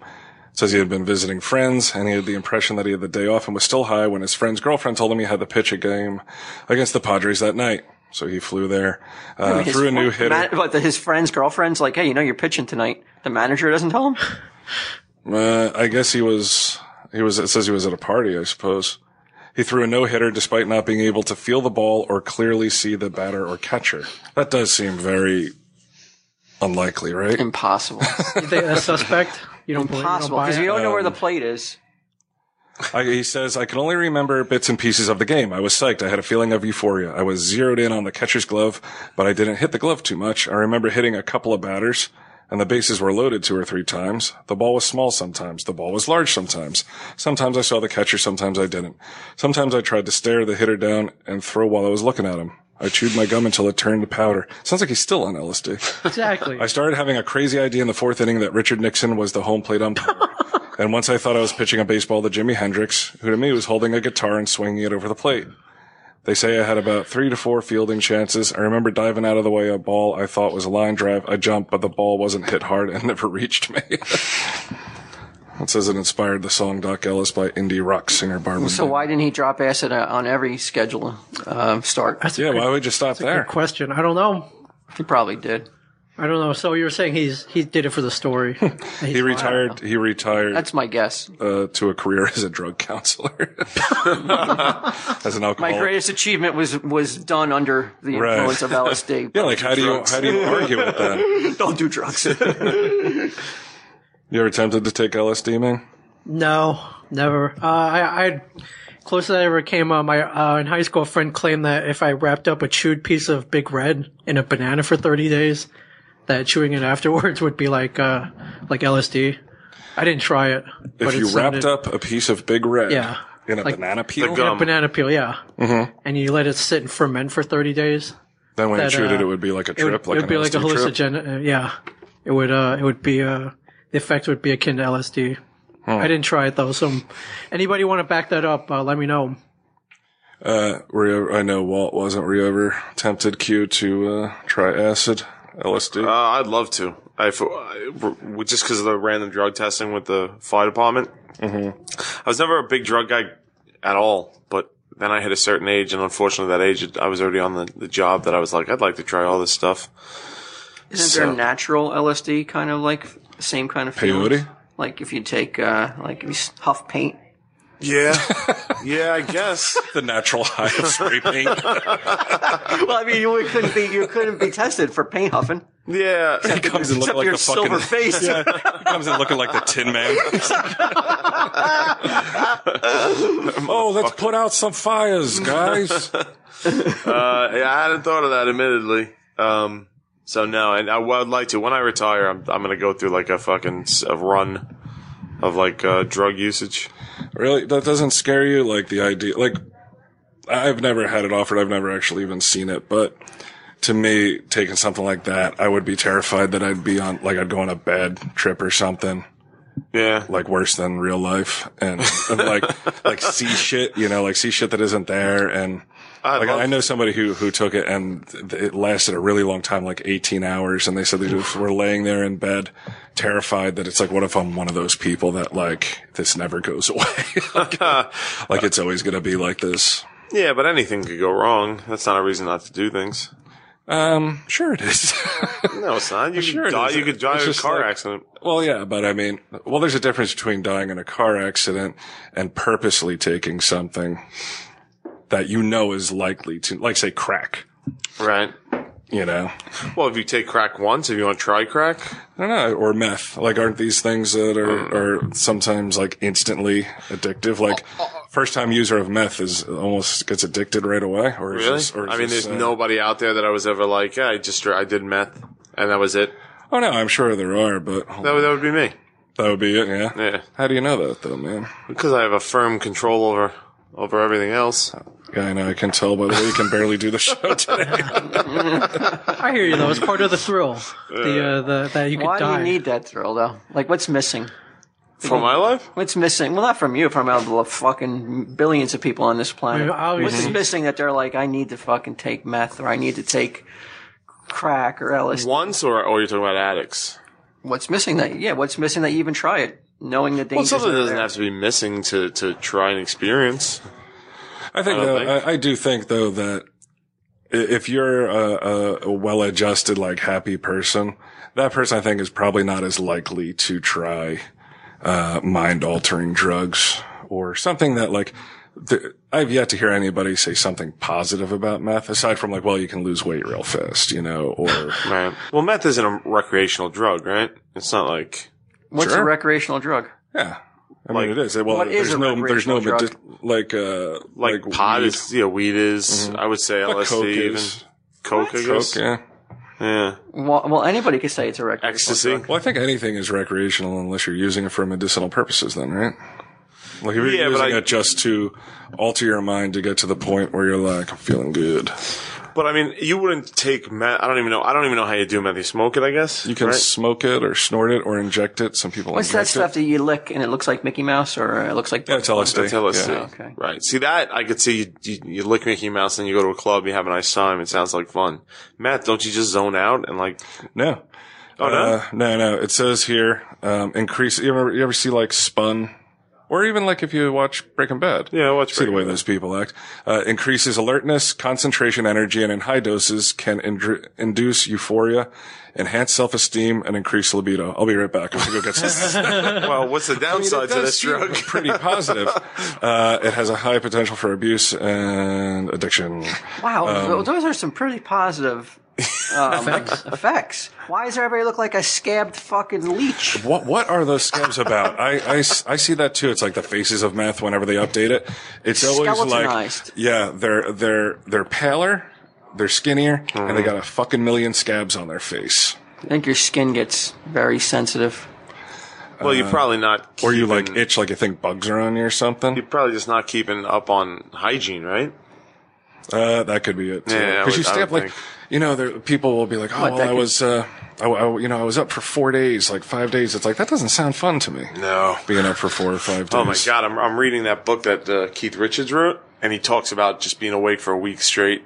S5: It says he had been visiting friends and he had the impression that he had the day off and was still high when his friend's girlfriend told him he had to pitch a game against the Padres that night. So he flew there, uh,
S4: His
S5: threw a new
S4: fr-
S5: hitter.
S4: Man, but the, his friend's girlfriend's like, hey, you know, you're pitching tonight. The manager doesn't tell
S5: [laughs]
S4: him.
S5: Uh, I guess he was, he was, it says he was at a party, I suppose. He threw a no hitter despite not being able to feel the ball or clearly see the batter or catcher. That does seem very unlikely, right?
S4: Impossible.
S6: you think that's suspect you don't believe
S4: Impossible because you um,
S6: you don't buy it?
S4: don't know where the plate is.
S5: I, he says, I can only remember bits and pieces of the game. I was psyched. I had a feeling of euphoria. I was zeroed in on the catcher's glove, but I didn't hit the glove too much. I remember hitting a couple of batters. and the bases were loaded two or three times. The ball was small sometimes. The ball was large sometimes. Sometimes I saw the catcher, sometimes I didn't. Sometimes I tried to stare the hitter down and throw while I was looking at him. I chewed my gum until it turned to powder. Sounds like he's still on LSD.
S6: Exactly.
S5: I started having a crazy idea in the fourth inning that Richard Nixon was the home plate umpire. and once I thought I was pitching a baseball to Jimi Hendrix, who to me was holding a guitar and swinging it over the plate. They say I had about three to four fielding chances. I remember diving out of the way a ball I thought was a line drive. I jumped, but the ball wasn't hit hard and [laughs] never reached me. that says it inspired the song Doc Ellis by indie rock singer Barbara.
S4: So why didn't he drop acid uh, on every scheduled uh, start?
S6: That's a
S5: Yeah,
S6: good-
S5: why would you stop
S6: good
S5: there?
S6: question. I don't know.
S4: He probably did.
S6: I don't know. So you were saying he's he did it for the story.
S5: He retired. He retired.
S4: That's my guess.
S5: uh, to a career as a drug
S6: [laughs]
S5: counselor, as an alcoholic.
S4: My greatest achievement was was done under the
S5: Right.
S4: influence of LSD.
S5: [laughs] yeah, like how do you how do
S7: [laughs]
S5: you argue with that?
S4: don't do drugs.
S5: You ever tempted to take LSD, man?
S6: No, never. Uh, I, I close that I ever came. Uh, my uh, in high school, a friend claimed that if I wrapped up a chewed piece of Big Red in a banana for thirty days, that chewing it afterwards would be like uh, like LSD. I didn't try it.
S5: If
S6: it
S5: you wrapped
S6: sounded-
S5: up um, a piece of Big Red
S6: Yeah.
S5: in a
S6: Like-
S5: banana peel,
S7: The gum.
S6: banana peel, yeah, mm-hmm. and you let it sit and ferment for thirty days,
S5: then when
S6: that,
S5: you chewed it,
S6: uh,
S5: it would be like a
S6: it would,
S5: trip,
S6: it
S5: like
S6: would be
S5: an
S6: like a
S5: LSD trip.
S6: hallucinogen. uh, Yeah, it would. Uh, it would be. Uh, the effect would be akin to LSD.
S5: Hmm.
S6: I didn't try it though. So, anybody want to back that up? Uh, let me know.
S5: Uh, were you, ever- I know Walt wasn't. Were you ever tempted, Q, to uh, try acid, LSD?
S7: Uh, I'd love to. I, f- I- w- just because of the random drug testing with the fire department. I was never a big drug guy at all, but then I hit a certain age, and unfortunately, that age I was already on the, the job that I was like, I'd like to try all this stuff.
S4: Isn't
S7: So-
S4: there natural LSD kind of like same kind of
S5: Peyote?
S4: feelings? Like if you take uh, like if you s- huff paint.
S7: Yeah, yeah, I guess.
S5: [laughs] the natural high of spray
S7: [laughs]
S5: paint.
S4: Well, I mean, you couldn't be you couldn't be tested for paint huffing.
S7: Yeah,
S5: comes and
S4: Except
S5: looking like
S4: you're
S5: the fucking
S4: silver faced.
S5: he [laughs] comes in looking like the Tin
S7: [laughs]
S5: Man. oh, let's put out some fires, guys.
S7: uh, yeah, I hadn't thought of that, admittedly. Um, so no, and I would like to. When I retire, I'm I'm gonna go through like a fucking s- a run of like uh, drug usage.
S5: really? That doesn't scare you? Like the idea? Like I've never had it offered. I've never actually even seen it, but. To me, taking something like that, I would be terrified that I'd be on, like, I'd go on a bad trip or something,
S7: Yeah,
S5: like worse than real life, and, and like, like see shit, you know, like see shit that isn't there, and
S7: I
S5: Like
S7: love-
S5: I know somebody who who took it and th- it lasted a really long time, like 18 hours, and they said they just were laying there in bed, terrified that it's like, what if I'm one of those people that like this never goes [laughs] away,
S7: [laughs]
S5: like, like, it's always gonna be like this.
S7: Yeah, but anything could go wrong. That's not a reason not to do things.
S5: Um, sure it is. [laughs]
S7: No, it's not. You
S5: Sure it
S7: could die.
S5: is.
S7: You could die
S5: It's
S7: in a
S5: just
S7: car
S5: like-
S7: accident.
S5: well, yeah, but I mean, well, there's a difference between dying in a car accident and purposely taking something that you know is likely to, like say crack,
S7: Right.
S5: you know.
S7: Well, if you take crack once, if you want to try crack,
S5: I don't know, or meth. Like, aren't these things that are, are sometimes like instantly addictive? Like,
S7: Oh,
S5: first time user of meth is almost gets addicted right away. Or is
S7: really?
S5: this- or is
S7: I mean,
S5: this,
S7: there's
S5: uh,
S7: nobody out there that I was ever like, yeah, I just dr- I did meth and that was it.
S5: Oh no, I'm sure there are, but
S7: That would, that would be me.
S5: that would be it. Yeah.
S7: Yeah,
S5: How do you know that though, man?
S7: because I have a firm control over over everything else.
S5: Yeah, I know. I can tell by the way you can barely do the [laughs] show today.
S6: I hear you though. It's part of the thrill. [laughs] The uh, the that you could
S4: Why do
S6: die.
S4: you need that thrill though? Like what's missing?
S7: For my life,
S4: What's missing? Well, not from you, from all the fucking billions of people on this planet.
S6: I mean, obviously-
S4: What's missing that they're like, I need to fucking take meth or I need to take crack or LSD?
S7: once, or or you're talking about addicts.
S4: What's missing that? Yeah, what's missing that you even try it, knowing the
S7: Well,
S4: dangers.
S7: something
S4: that are
S7: doesn't
S4: there?
S7: have to be missing to to try and experience.
S5: I think
S7: don't
S5: though,
S7: think.
S5: I, I do think though that i- if you're a, a, a well-adjusted, like happy person, that person I think is probably not as likely to try uh, mind-altering drugs or something that like. Th- I've yet to hear anybody say something positive about meth, aside from like, well, you can lose weight real fast, you know,
S7: [laughs]
S5: or
S7: Right. Well, meth isn't a recreational drug, right? It's not like
S4: What's
S5: Sure.
S4: a recreational drug?
S5: yeah. I
S7: Like,
S5: mean, it is. Well,
S4: what is
S5: there's
S4: a
S5: no, there's no,
S4: recreational
S5: medi- like, uh,
S7: like, pot
S5: weed,
S7: is yeah, weed is. I would say
S5: but
S7: LSD,
S5: coke
S7: even
S5: is.
S7: coke. I guess.
S5: Coke, yeah.
S7: Yeah.
S4: Well, well, anybody could say it's a recreational
S7: Ecstasy.
S5: uh, Well, I think anything is recreational unless you're using it for medicinal purposes, then, right? Like if you're
S7: Yeah, but
S5: using
S7: I-
S5: it just to alter your mind to get to the point where you're like, I'm feeling good.
S7: But I mean, you wouldn't take meth. I don't even know. I don't even know how you do meth. You smoke it, I guess.
S5: You can
S7: right?
S5: smoke it or snort it or inject it. Some people
S4: What's that
S5: inject
S4: stuff that you lick and it looks like Mickey Mouse or it looks like?
S5: It. Yeah, it's LSD.
S7: That's LSD.
S5: Yeah.
S4: Okay.
S7: Right. See that I could see you, you, you lick Mickey Mouse and you go to a club, you have a nice time. It sounds like fun. Matt, don't you just zone out and like?
S5: No.
S7: Oh no.
S5: Uh, no, no. It says here, um, increase. You ever, you ever see like Spun? Or even like if you watch Breaking Bad.
S7: yeah, watch.
S5: See the way those people act. Uh, increases alertness, concentration, energy, and in high doses can indr- induce euphoria, enhance self-esteem, and increase libido. I'll be right back. I'm gonna go [laughs] get some. [laughs]
S7: well, what's the downside
S5: It
S7: to
S5: does
S7: this
S5: seem
S7: drug?
S5: pretty positive. Uh, it has a high potential for abuse and addiction.
S4: Wow, tho- those are some pretty positive um, effects. Why does everybody look like a scabbed fucking leech?
S5: What what are those scabs about? I, I s- I see that too. It's like the faces of meth whenever they update it. It's always like
S4: Skeletonized.
S5: yeah, they're they're they're paler, they're skinnier, and they got a fucking million scabs on their face.
S4: I think your skin gets very sensitive.
S7: well, you're probably not.
S5: Uh, Or you like
S7: keeping-
S5: itch like you think bugs are on you or something.
S7: You're probably just not keeping up on hygiene, right?
S5: Uh, that could be it too.
S7: Yeah, I
S5: Because you
S7: would- I
S5: stay
S7: would
S5: up like
S7: think.
S5: you know, there, people will be like, oh,
S4: What,
S5: well,
S4: that
S5: I
S4: could-
S5: was uh, I, I- you know I was up for four days, like five days. It's like that doesn't sound fun to me.
S7: No.
S5: Being up for four or five days.
S7: Oh my god, I'm I'm reading that book that uh, Keith Richards wrote, and he talks about just being awake for a week straight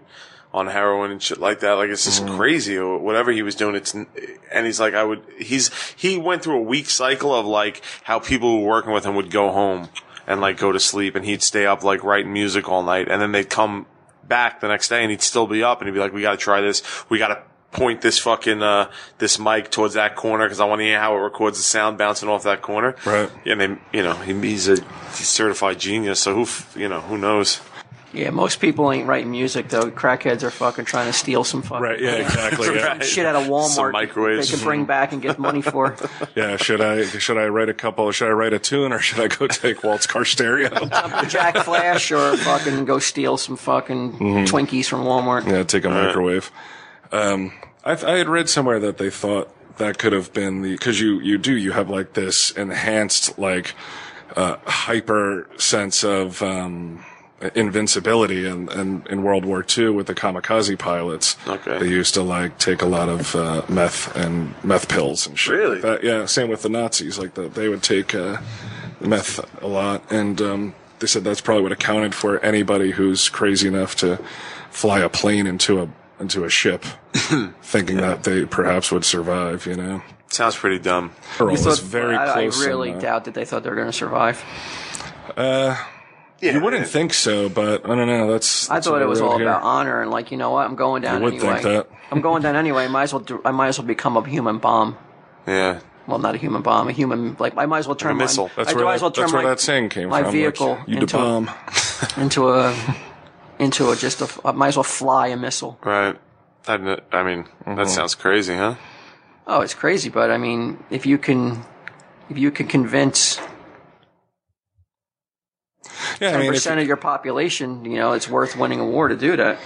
S7: on heroin and shit like that. Like it's just
S5: Mm.
S7: crazy. Or whatever he was doing, it's n- and he's like, I would. He's he went through a week cycle of like how people who were working with him would go home and like go to sleep, and he'd stay up like writing music all night, and then they'd come back the next day and he'd still be up and he'd be like, we got to try this. We got to point this fucking, uh, this mic towards that corner because I want to hear how it records the sound bouncing off that corner.
S5: Right.
S7: Yeah, and they, you know, he, he's a certified genius. So who, f- you know, who knows?
S4: Yeah, most people ain't writing music though. Crackheads are fucking trying to steal some fucking
S5: Right. Yeah.
S7: [laughs]
S5: Exactly. Yeah.
S4: shit out of Walmart.
S7: Some microwaves.
S4: They can bring back and get money
S5: [laughs]
S4: for.
S5: Yeah, should I should I write a couple? Should I write a tune or should I go [laughs] take Walt's car stereo?
S4: [laughs] Jack Flash or fucking go steal some fucking Twinkies from Walmart.
S5: Mm-hmm. yeah, take a microwave. Um, I, I had read somewhere that they thought that could have been the because you you do you have like this enhanced like uh, hyper sense of um, invincibility and and in World War II with the kamikaze pilots.
S7: Okay.
S5: they used to like take a lot of uh, meth and meth pills and shit.
S7: Really?
S5: like that. yeah, same with the Nazis. Like the, they would take uh, meth a lot, and um, they said that's probably what accounted for anybody who's crazy enough to fly a plane into a into
S4: [laughs]
S5: a ship, thinking that they perhaps would survive. You know,
S7: Sounds pretty dumb.
S5: Earl
S4: So
S5: is very
S4: I,
S5: close.
S4: I really
S5: and, uh,
S4: doubt that they thought they were going to survive.
S7: Yeah,
S5: you wouldn't think so, but I don't know. That's,
S4: I
S5: that's what
S4: thought it was
S5: read
S4: all
S5: here.
S4: about honor and like you know what I'm going down
S5: I would
S4: anyway.
S5: think that.
S4: I'm going down anyway. Might as well. Do, I might as well become a human bomb.
S7: Yeah.
S4: Well, not a human bomb. A human like I might as well turn my-
S7: missile.
S5: That's
S4: I
S5: where,
S4: might
S5: that,
S4: as well turn
S5: that's where
S4: my,
S5: that saying came
S4: my
S5: from. like,
S4: vehicle
S5: you
S4: into
S5: da
S4: a-
S5: bomb.
S4: into a into a just a. I might as well fly a missile.
S7: Right. I, kn- I mean,
S5: Mm-hmm.
S7: that sounds crazy, huh?
S4: Oh, it's crazy, but I mean, if you can, if you can convince
S5: Yeah, I
S4: ten
S5: mean, if you-
S4: percent of your population, you know, it's worth winning a war to do that.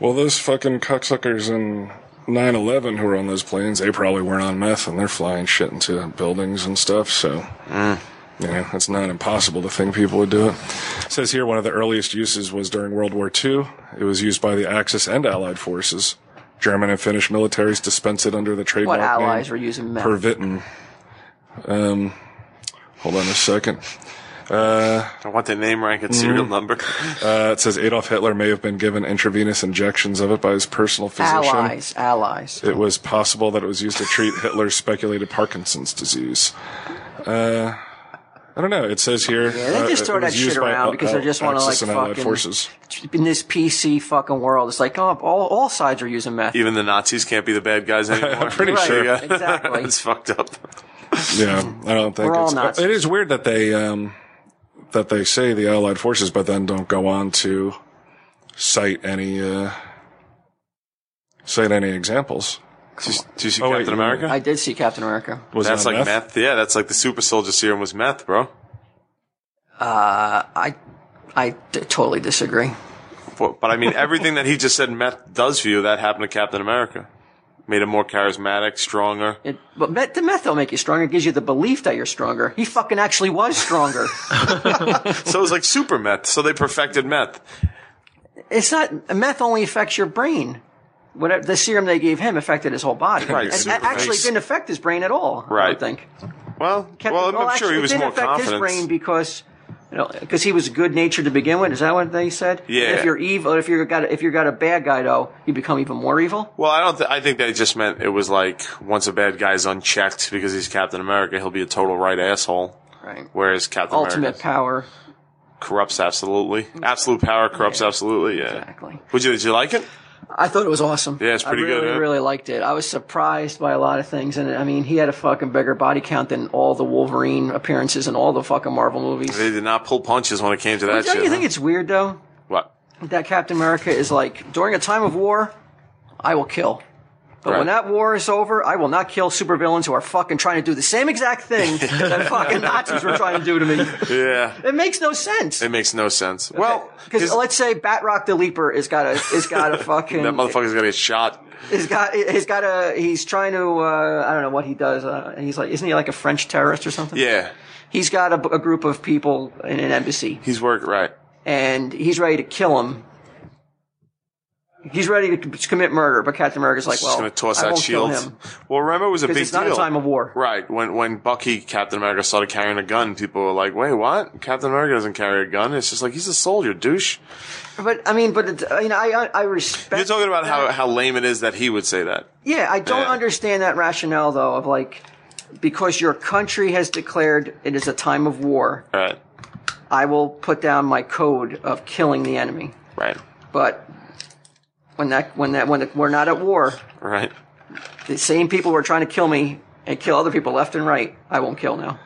S5: Well, those fucking cocksuckers in 9 11 who were on those planes, they probably weren't on meth and they're flying shit into buildings and stuff. So,
S4: Mm.
S5: you know, it's not impossible to think people would do it. It says here one of the earliest uses was during World War II. It was used by the Axis and Allied forces. German and Finnish militaries dispensed it under the trademark
S4: What allies
S5: name
S4: were using meth?
S5: Pervitin. Um, hold on a second.
S7: I want the name, rank, and serial
S5: Mm-hmm.
S7: number. [laughs]
S5: Uh, it says Adolf Hitler may have been given intravenous injections of it by his personal physician.
S4: allies, allies.
S5: it was possible that it was used to treat Hitler's speculated Parkinson's disease. Uh, I don't know. It says here. uh, Yeah,
S4: they just throw that shit around because they just wanna, like,
S5: and Allied
S4: fucking-
S5: forces.
S4: In this PC fucking world, it's like oh, all all sides are using meth.
S7: Even the Nazis can't be the
S5: [laughs]
S7: bad guys anymore. I'm
S5: pretty
S7: [laughs]
S5: Right, sure. [laughs]
S4: exactly.
S7: it's fucked up.
S5: Yeah, I don't think
S4: We're all
S5: it's,
S4: nuts.
S5: it is weird that they um, that they say the Allied forces, but then don't go on to cite any uh, cite any examples.
S7: Do you, do you see
S5: Oh, wait,
S7: Captain
S5: you-
S7: America?
S4: I did see Captain America.
S5: Was
S7: that's
S5: it on
S7: like meth? Yeah, that's like the super soldier serum was meth, bro.
S4: I I d- totally disagree.
S5: [laughs]
S7: But, but I mean, everything that he just said meth does for you, that happened to Captain America. Made him more charismatic, stronger.
S4: It, but meth, the meth will make you stronger. It gives you the belief that you're stronger. He fucking actually was
S7: [laughs]
S4: stronger.
S7: So it was like super meth. So they perfected meth.
S4: it's not meth only affects your brain. Whatever the serum they gave him affected his whole body.
S7: Right,
S4: It
S7: super
S4: actually
S7: nice.
S4: didn't affect his brain at all. I
S7: Right.
S4: don't think.
S7: Well,
S4: Kept-
S7: well, I'm sure
S4: actually,
S7: he
S4: it
S7: was
S4: didn't
S7: more
S4: affect
S7: confident.
S4: his brain because. You know, because he was good natured to begin with, is that what they said?
S7: Yeah.
S4: And if you're evil, if you're got, if you got a bad guy though, you become even more evil.
S7: Well, I don't. Th- I think they just meant it was like once a bad guy's unchecked because he's Captain America, he'll be a total right asshole.
S4: Right.
S7: Whereas Captain
S4: Ultimate
S7: America
S4: power.
S7: corrupts absolutely. Absolute power corrupts absolutely. Yeah.
S4: Exactly.
S7: Would you? Did you like it?
S4: I thought it was awesome.
S7: Yeah, it's pretty
S4: I really,
S7: good, huh?
S4: really liked it. I was surprised by a lot of things, and I mean, he had a fucking bigger body count than all the Wolverine appearances in all the fucking Marvel movies.
S7: They did not pull punches when it came to that.
S4: Don't
S7: shit,
S4: you think
S7: huh?
S4: it's weird though
S7: what?
S4: that Captain America is like during a time of war, I will kill. But
S7: Right.
S4: when that war is over, I will not kill supervillains who are fucking trying to do the same exact thing
S7: [laughs]
S4: that fucking Nazis were trying to do to me.
S7: Yeah.
S4: It makes no sense.
S7: It makes no sense. Well,
S4: because
S7: his-
S4: let's say Batrock the Leaper has got a has
S7: [laughs]
S4: got a fucking
S7: that motherfucker's gonna get shot.
S4: he's got he's got a he's trying to uh, I don't know what he does. Uh, he's like isn't he like a French terrorist or something?
S7: Yeah.
S4: He's got a, a group of people in an embassy,
S7: He's working right.
S4: and he's ready to kill him. He's ready to c- commit murder, but Captain America's like,
S7: just
S4: well,
S7: gonna toss
S4: I
S7: that
S4: won't
S7: shield.
S4: kill him
S7: Well, remember it was a big
S4: because it's not
S7: deal.
S4: a time of war.
S7: Right. When when Bucky Captain America started carrying a gun, people were like, "Wait, what? Captain America doesn't carry a gun." It's just like he's a soldier, douche.
S4: But I mean, but it's, I mean, I I I respect.
S7: You're talking about how how lame it is that he would say that.
S4: Yeah, I don't
S7: Yeah.
S4: understand that rationale though of like because your country has declared it is a time of war,
S7: Right.
S4: I will put down my code of killing the enemy.
S7: Right.
S4: But when that when that when the, we're not at war,
S7: Right.
S4: the same people who are trying to kill me and kill other people left and right, I won't kill now.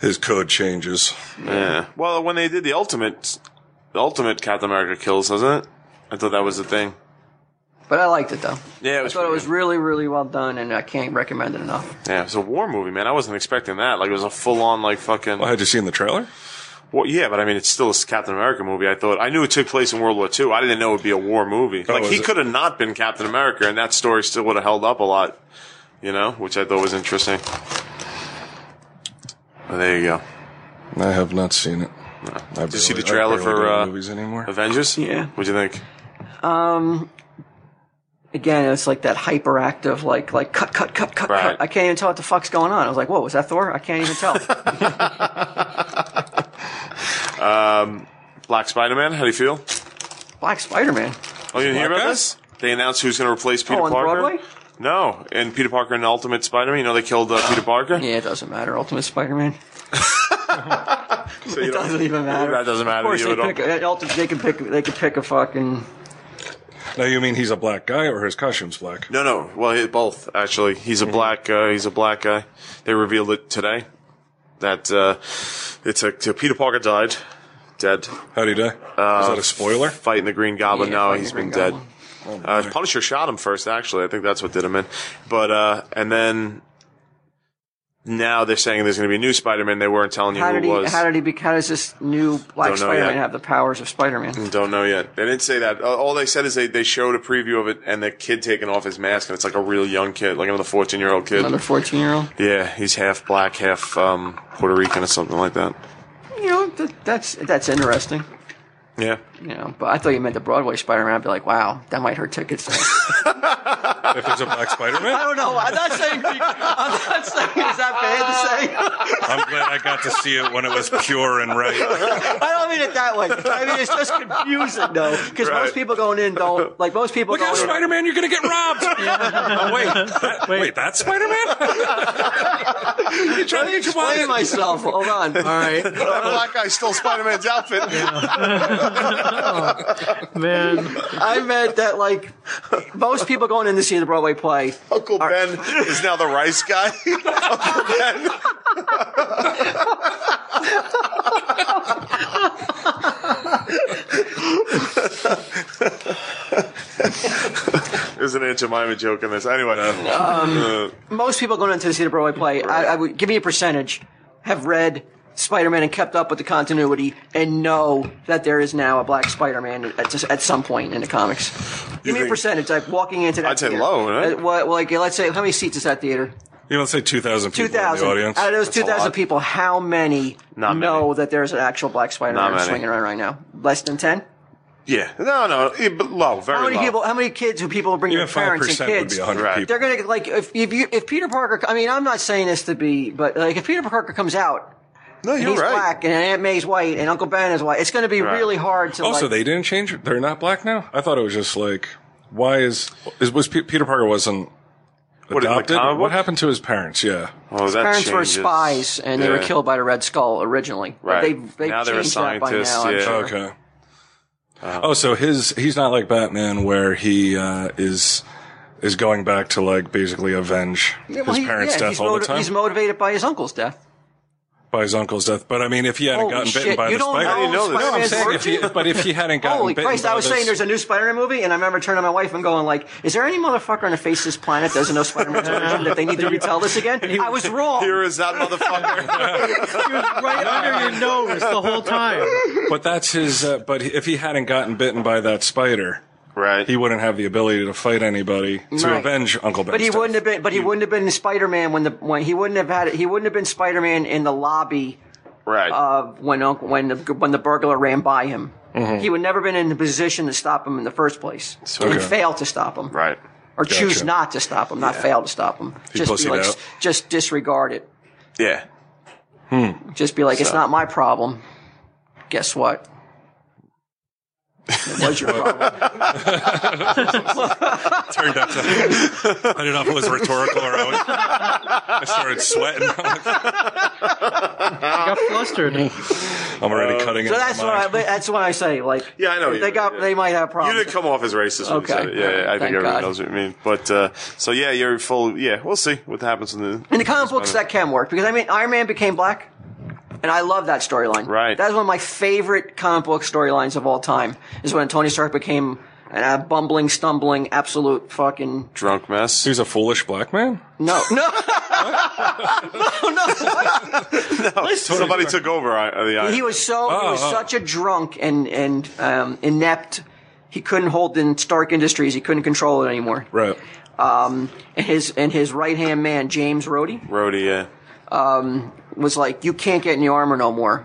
S5: His code changes.
S7: Yeah. Well, when they did the ultimate, the ultimate Captain America kills, doesn't it? I thought that was the thing.
S4: But I liked it though.
S7: Yeah, it
S4: I
S7: was.
S4: thought it
S7: pretty
S4: was really really well done, and I can't recommend it enough.
S7: good. yeah, it was a war movie, man. I wasn't expecting that. Like it was a full on like fucking.
S5: Well, had you seen the trailer?
S7: Well, yeah, but I mean, it's still a Captain America movie. I thought I knew it took place in World War II. I didn't know it would be a war movie. like
S5: Oh, is
S7: he
S5: it-
S7: could have not been Captain America, and that story still would have held up a lot. You know, which I thought was interesting. Well, there you go.
S5: I have not seen it. I
S7: you see
S5: barely-
S7: the trailer
S5: I barely
S7: for,
S5: go to
S7: uh,
S5: movies anymore?
S7: Avengers.
S4: Yeah.
S7: What'd you think?
S4: Again, it's like that hyperactive, like like cut cut cut cut
S7: Right.
S4: cut. I can't even tell what the fuck's going on. I was like, whoa, was that Thor? I can't even
S7: [laughs]
S4: tell.
S7: Black Spider Man. How do you feel?
S4: Black Spider Man.
S7: Oh, you didn't hear
S5: Black
S7: about
S5: guy?
S7: this? They announced who's going to replace Peter
S4: Oh, on
S7: Parker.
S4: Broadway?
S7: No, and Peter Parker in Ultimate Spider Man. You know they killed uh, Peter Parker.
S4: Yeah, it doesn't matter. Ultimate Spider Man.
S7: So you
S4: It
S7: don't-
S4: doesn't even matter.
S7: [laughs] That doesn't
S4: Of
S7: matter
S4: course,
S7: to you
S4: they
S7: at all.
S4: pick. A, ultimate, they could pick. They could pick a fucking.
S5: Now you mean he's a black guy or his costume's black?
S7: No, no. Well, he- both actually. He's a
S4: Mm-hmm.
S7: black. Uh, he's a black guy. They revealed it today that uh, it's a, to Peter Parker died, dead,
S5: How do you die? Is that a spoiler?
S7: fighting the Green Goblin.
S4: Yeah,
S7: no,
S4: fighting
S7: he's
S4: the Green
S7: been dead.
S4: Goblin.
S7: Uh, Punisher shot him first. Actually, I think that's what did him in. But uh, and then now they're saying there's going to be a new Spider-Man. They weren't telling you
S4: How
S7: who
S4: did
S7: it
S4: he?
S7: was.
S4: How did he? Be, how does this new Black
S7: Don't know
S4: Spider Man
S7: yet.
S4: have the powers of Spider Man?
S7: Don't know yet. They didn't say that. Uh, All they said is they, they showed a preview of it and the kid taking off his mask and it's like a real young kid, like another 14 year old kid.
S4: Another fourteen year old.
S7: Yeah, he's half black, half um, Puerto Rican or something like that.
S4: You know that, that's that's interesting.
S7: Yeah.
S4: You know, but I thought you meant the Broadway Spider Man. I'd be like, wow, that might hurt [laughs] tickets.
S5: if there's a black
S4: I
S5: Spider-Man,
S4: don't know. I'm not saying. I'm not saying is that bad to say.
S5: [laughs] I'm glad I got to see it when it was pure and right.
S4: I don't mean it that way. I mean it's just confusing though, because
S7: Right.
S4: most people going in don't like most people.
S5: Look out,
S4: going in-
S5: Spider-Man! You're gonna
S4: [laughs]
S5: get robbed. oh, wait, that, wait, that's Spider-Man. you trying to get your
S4: Explain
S5: wallet?
S4: myself. Hold on. All right.
S7: That black guy stole Spider
S4: [laughs]
S7: Man's outfit.
S6: Man,
S4: I meant that like most people going in to see the Broadway play.
S7: Uncle Ben is now the rice guy. [laughs] Uncle Ben. There's an Aunt Jemima joke in this. Anyway. Uh,
S4: Um, Most people going in to see the Broadway play. I, I would give you a percentage. Have read Spider-Man and kept up with the continuity and know that there is now a Black Spider-Man at, just, at some point in the comics. Give me a
S7: think-
S4: percentage. Like walking into that.
S7: I'd say
S4: theater.
S7: low, right?
S4: Uh, what, like let's say how many seats is that theater?
S5: You know, let's say 2,000 people
S4: Two thousand.
S5: in the audience.
S4: Out of those
S7: That's a
S4: two thousand
S7: lot.
S4: people, how many
S7: Not
S4: know
S7: many.
S4: that there's an actual Black
S7: Not
S4: Spider-Man
S7: many.
S4: swinging around right now? Less than ten.
S7: Yeah. No, no. eh, but Low. Very
S4: How many
S7: low.
S4: people? How many kids? Who people bring
S5: Even
S4: their parents and
S5: 5% would
S4: kids?
S5: be 100
S7: Right.
S5: people.
S4: They're gonna like if if, you, if Peter Parker. I mean, I'm not saying this to be, but like if Peter Parker comes out
S7: No,
S4: and
S7: you're
S4: he's
S7: right.
S4: black and Aunt May's white and Uncle Ben is white, it's gonna be
S7: Right.
S4: really hard to.
S5: Also,
S4: like,
S5: they didn't change. They're not black now. I thought it was just like, why is is was Pe- Peter Parker wasn't
S7: What, in the
S5: adopted?
S7: comic
S5: what
S7: book?
S5: happened to his parents? Yeah,
S7: Oh, that
S4: parents were
S7: changes.
S4: spies and they were
S7: Yeah.
S4: killed by the Red Skull originally. But
S7: Right.
S4: They've, they've
S7: Now they're a
S4: changed that by
S7: scientist,
S4: now. I'm
S7: yeah.
S4: sure.
S5: Okay. oh, so his he's not like Batman, where he uh, is is going back to like basically avenge
S4: Yeah, well,
S5: his
S4: he-
S5: parents'
S4: yeah,
S5: death
S4: he's
S5: all
S4: motiv-
S5: the time
S4: He's motivated by his uncle's death.
S5: by his uncle's death. But I mean, if he hadn't
S4: Holy
S5: gotten bitten
S4: shit,
S5: by
S4: you
S5: the
S4: don't
S5: spider,
S4: know
S7: I didn't know this.
S5: No, I'm
S4: Spider-Man's
S5: saying if he,
S4: origin?
S5: but if he hadn't gotten
S4: Holy
S5: bitten
S4: Christ!
S5: by
S4: I was
S5: this-
S4: saying there's a new Spider-Man movie, and I remember turning to my wife and going like, "Is there any motherfucker on the face of this planet that doesn't know Spider-Man's origin that they
S5: [laughs]
S4: need to retell this again?" I was wrong.
S7: Here is that
S4: [laughs]
S7: motherfucker.
S6: He was [laughs] right under your nose the whole time.
S5: but that's his. Uh, but if he hadn't gotten bitten by that spider,
S7: right.
S5: he wouldn't have the ability to fight anybody to
S4: Right.
S5: avenge Uncle Ben.
S4: But he wouldn't have been. But he wouldn't have been Spider-Man when the when he wouldn't have had it. He wouldn't have been Spider-Man in the lobby
S7: right.
S4: of when Uncle when the when the burglar ran by him.
S7: Mm-hmm.
S4: He would never been in the position to stop him in the first place, and
S5: Okay.
S4: fail to stop him,
S7: right.
S4: or choose
S5: Gotcha.
S4: not to stop him, not fail to stop him. just
S5: pussied
S4: be like,
S5: out.
S4: just disregard it.
S7: Yeah.
S4: Just be like, it's not my problem. Guess
S7: [laughs]
S4: what? It was your problem.
S5: turned out to. I don't know if it was rhetorical or I, was, I started [laughs] sweating.
S6: I got flustered.
S5: I'm already cutting
S4: So
S5: it.
S4: that's what I, but that's what I say. Like,
S7: Yeah, I know
S4: they
S7: you-
S4: got,
S7: yeah.
S4: they might have
S7: You
S4: problems.
S7: didn't come off as racist. When
S4: Okay.
S7: you said it. Yeah, yeah, I
S4: Thank
S7: think everyone
S4: God.
S7: knows what you mean. But uh, so yeah, you're full. Yeah, we'll see what happens in the.
S4: in the comic books, that can work because I mean, Iron Man became black, and I love that storyline.
S7: Right.
S4: That's one of my favorite comic book storylines of all time. Is when Tony Stark became a bumbling, stumbling, absolute fucking
S7: drunk mess.
S5: He's a foolish black man.
S4: no, [laughs] no, no, no. [laughs]
S7: Somebody took over uh, the
S4: He
S7: island.
S4: was so he was
S5: oh.
S4: such a drunk and and um, inept. He couldn't hold in Stark Industries. He couldn't control it anymore.
S5: Right.
S4: Um, and his and his right hand man James Rhodey
S7: Rhodey, yeah.
S4: was like, "You can't get in the armor no more.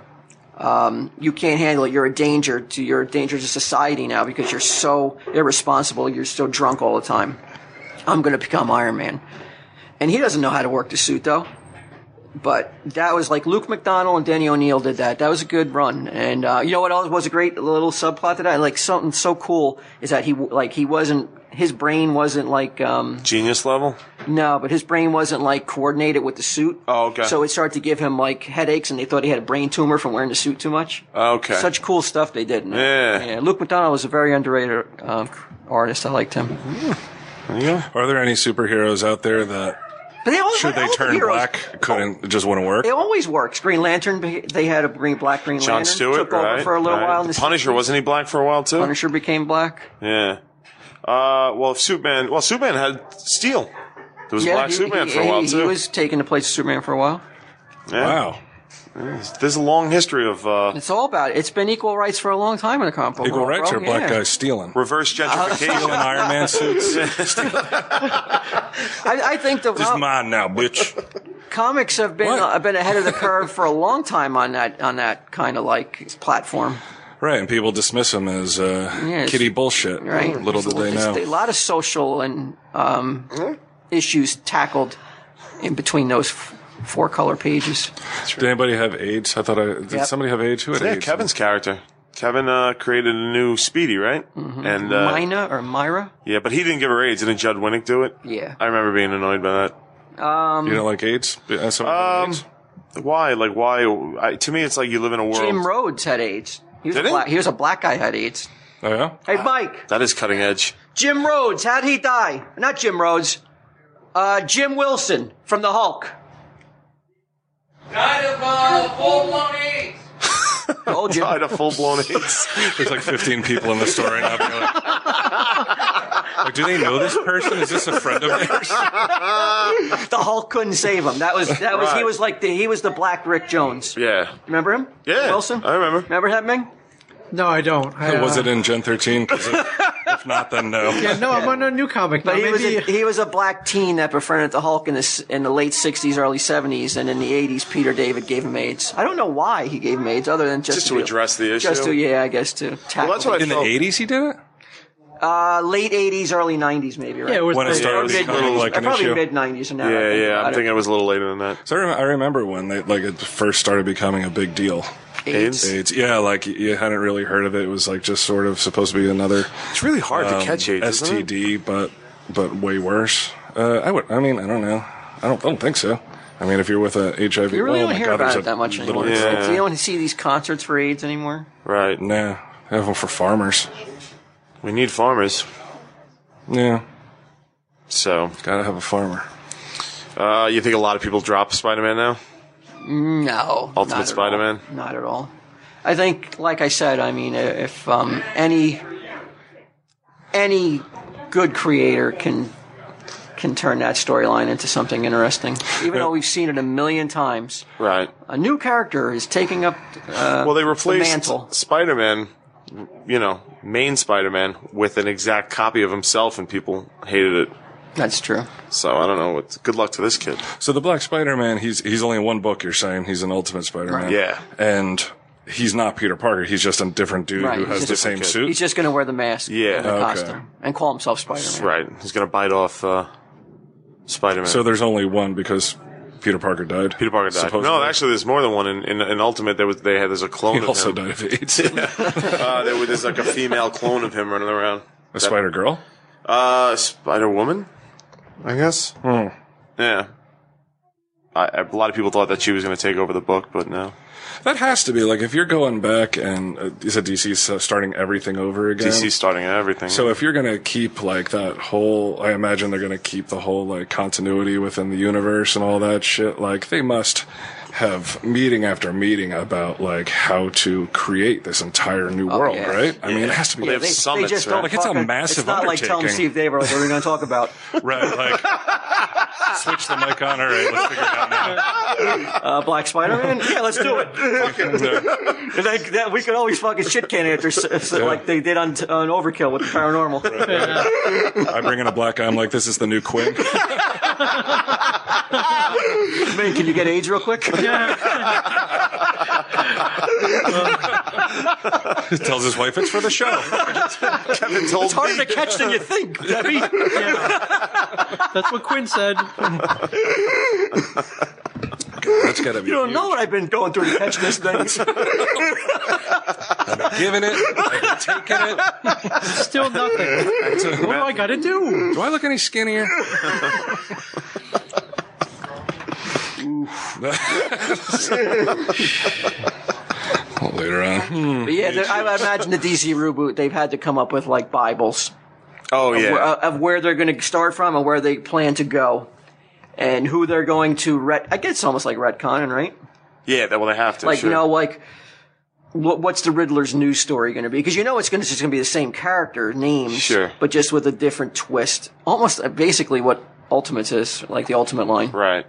S4: Um, you can't handle it. You're a danger to you're a danger to society now because you're so irresponsible. You're so drunk all the time. I'm going to become Iron Man." And he doesn't know how to work the suit though. But that was like Luke McDonald and Danny O'Neill did that. That was a good run. And uh, you know what else was a great little subplot to that? Like something so cool is that he like he wasn't his brain wasn't like um,
S7: Genius level.
S4: no, but his brain wasn't like coordinated with the suit.
S7: Oh, okay.
S4: So it started to give him like headaches, and they thought he had a brain tumor from wearing the suit too much.
S7: Okay.
S4: Such cool stuff they did. in it.
S7: Yeah.
S4: yeah. Luke McDonald was a very underrated um, artist. I liked him.
S7: There you go.
S5: Are there any superheroes out there that
S4: But they always,
S5: should they
S4: all the
S5: turn
S4: heroes-
S5: black? Couldn't it just wouldn't work.
S4: It always works. Green Lantern. They had a green black Green
S7: John
S4: Lantern.
S7: Stewart,
S4: took
S7: right?
S4: over for a little
S7: right.
S4: while. in
S7: The
S4: the
S7: Punisher
S4: 60s.
S7: wasn't he black for a while too?
S4: Punisher became black.
S7: Yeah. Uh, well, if Superman. Well, Superman had Steel. There was a black
S4: he,
S7: Superman
S4: he-
S7: for a while
S4: he,
S7: too.
S4: He was taking the place of Superman for a while.
S7: Yeah.
S5: Wow.
S7: There's a long history of uh,
S4: It's all about it. has been equal rights for a long time in the comic book
S5: Equal
S4: world,
S5: rights
S4: bro.
S5: or black
S4: Yeah.
S5: guys stealing?
S4: [laughs]
S7: reverse gentrification.
S5: Stealing Iron Man [laughs] suits.
S4: I, I think the
S5: It's mine now, bitch.
S4: comics have been
S5: What?
S4: uh, been ahead of
S5: [laughs]
S4: the curve for a long time on that on that kind of like platform,
S5: Right, and people dismiss him as uh,
S4: Yes.
S5: kitty bullshit.
S4: right?
S5: Little did they
S4: It's
S5: know.
S4: A lot of social and um, issues tackled in between those f- four color pages.
S5: Did anybody have AIDS? I thought I did.
S4: Yep.
S5: Somebody have AIDS? Who had
S7: yeah,
S5: AIDS?
S7: Kevin's character. Kevin uh, created a new Speedy, right?
S4: Mm-hmm.
S7: And uh,
S4: Mina or Myra?
S7: yeah, but he didn't give her AIDS. Didn't Judd Winnick do it?
S4: Yeah.
S7: I remember being annoyed by
S5: You don't like AIDS? Uh, somebody had
S7: Um,
S5: AIDS?
S7: that. Why? Like why? I, to me, it's like you live in a world
S4: Jim Rhodes had AIDS. He was,
S7: Did
S4: a
S7: he?
S4: black, he was a black guy had AIDS.
S5: Oh yeah.
S4: Hey, Mike.
S7: that is cutting
S4: [laughs]
S7: edge.
S4: Jim Rhodes. How'd he die? Not Jim Rhodes. Uh, Jim Wilson from the
S5: [laughs]
S4: Hulk. The old Jim.
S7: [laughs] Died of full blown AIDS.
S5: There's like 15 people in the store right now. being like,
S8: Like, do they know this person? Is this a friend of
S5: [laughs]
S8: theirs?
S4: The Hulk couldn't save him. That was that was he
S7: Right.
S4: was like the, he was the Black Rick Jones.
S7: Yeah.
S4: Remember him?
S7: Yeah.
S4: Wilson.
S7: I remember.
S4: Remember that Ming?
S6: No, I don't. I,
S5: Was
S6: uh,
S5: it in
S4: [laughs]
S5: Gen 13? 'Cause if, if not, then no.
S6: Yeah, no, I'm on a new comic. Now,
S4: But he
S6: maybe
S4: was a, he was a black teen that befriended the Hulk in the s- in the late '60s, early '70s, and in the '80s, Peter David gave him AIDS. I don't know why he gave him AIDS, other than just,
S7: Just to address the issue.
S4: Just to yeah, I guess to tackle.
S7: Well, that's what I
S8: In the
S7: felt.
S8: 80s, he did it?
S4: uh, late '80s, early '90s, maybe. Right?
S6: [laughs] yeah, it was
S8: When it
S6: the-
S8: started
S7: it was
S8: becoming
S7: little-
S8: like an
S4: probably
S8: issue.
S4: mid '90s and now. I
S7: Yeah,
S4: think
S7: yeah.
S4: about
S7: I'm
S4: it.
S7: thinking it was a little later than that.
S5: So I, rem- I remember when they like it first started becoming a big deal.
S7: AIDS.
S5: AIDS. Yeah, like you hadn't really heard of it. It was like just sort of supposed to be another
S7: It's really hard
S5: um,
S7: to catch AIDS. isn't it?
S5: STD, but but way worse. Uh, I would. I mean, I don't know. I don't. I don't think so. I mean, if you're with a HIV,
S4: You really
S5: oh
S4: don't
S5: my
S4: hear
S5: God,
S4: about
S5: there's
S4: it
S5: a
S4: that much
S5: little-
S4: anymore.
S7: Yeah.
S4: So you don't see these concerts for AIDS anymore.
S7: Right.
S5: Nah, I have them for farmers.
S7: We need farmers.
S5: Yeah,
S7: So,
S5: gotta have a farmer.
S7: uh, you think a lot of people drop Spider-Man now?
S4: No,
S7: Ultimate
S4: not at all.
S7: Spider-Man?
S4: Not at all. I think, like I said, I mean, if um, any any good creator can can turn that storyline into something interesting, even though we've seen it a million times,
S7: Right.
S4: a new character is taking up. Uh,
S7: Well, they replaced
S4: mantle.
S7: Spider-Man, you know, main Spider-Man, with an exact copy of himself, and people hated it.
S4: that's true.
S7: So I don't know. What, good luck to this kid.
S5: So the Black Spider-Man, he's he's only in one book. You're saying he's an Ultimate Spider-Man.
S4: Right.
S7: Yeah.
S5: and he's not Peter Parker. He's just a different dude
S4: Right,
S5: who
S4: he's just
S5: has the
S4: a
S5: same
S7: different kid.
S5: suit.
S4: He's just going to wear the mask,
S7: Yeah.
S4: and the
S7: Okay.
S4: costume, and call himself Spider-Man.
S7: Right. He's gonna bite off uh, Spider-Man.
S5: so there's only one because Peter Parker died.
S7: Peter Parker died. No,
S5: Supposedly.
S7: actually, there's more than one. In, in, in Ultimate, there was they had there's a clone
S5: He
S7: of
S5: also
S7: him.
S5: died of
S7: [laughs]
S5: AIDS. [laughs] a
S7: Uh, there was there's like a female clone of him running around.
S5: Spider Girl.
S7: Uh, Spider Woman, I guess. Yeah. I, a lot of people thought that she was going to take over the book, but no.
S5: That has to be like if you're going back and uh, you said DC's uh, starting everything over again.
S7: DC's starting everything.
S5: so if you're gonna keep like that whole, I imagine they're gonna keep the whole like continuity within the universe and all that shit. Like they must have meeting after meeting about like how to create this entire new world,
S4: yeah.
S5: right? I mean, it has to be
S7: They
S4: [laughs]
S7: have summits,
S4: just
S7: right?
S4: don't
S5: Like, it's a
S4: fucking-
S5: massive
S4: It's not like telling
S5: undertaking.
S4: Steve Daver like, "What are we going to talk about?"
S8: Right, like, [laughs] switch the mic on. All right, let's figure it out now.
S4: Uh, Black Spider-Man? yeah, let's do it.
S5: uh,
S4: [laughs] And that, that- we could always fucking shit can it after s- s- like they did on, on Overkill with the paranormal.
S5: I bring in a black guy. I'm like, this is the
S4: [laughs]
S5: new Quinn.
S4: Man, can you get AIDS real
S5: [laughs]
S4: quick?
S6: [laughs]
S5: Tells his wife it's for the show.
S7: Kevin told
S4: It's harder to catch than you
S5: [laughs]
S4: think, Debbie.
S6: that's what Quinn said.
S5: That's gotta be.
S4: You don't know what I've been going through to catch this
S5: [laughs]
S4: thing.
S5: Giving it, I've been taking it.
S6: Still nothing. what do I got to do?
S5: Do I look any skinnier? [laughs] Later on.
S4: But yeah, there- I I imagine the DC reboot, they've had to come up with like Bibles
S7: Oh yeah.
S4: where- uh, of where they're going to start from and where they plan to go. And who they're going to ret? I guess it's almost like retconning, right?
S7: yeah. That, well, they have to.
S4: like
S7: sure.
S4: you know like what, what's the riddler's news story going to be because you know it's going to just going to be the same character names
S7: Sure.
S4: but just with a different twist almost uh, basically what ultimates is like the ultimate line
S7: Right.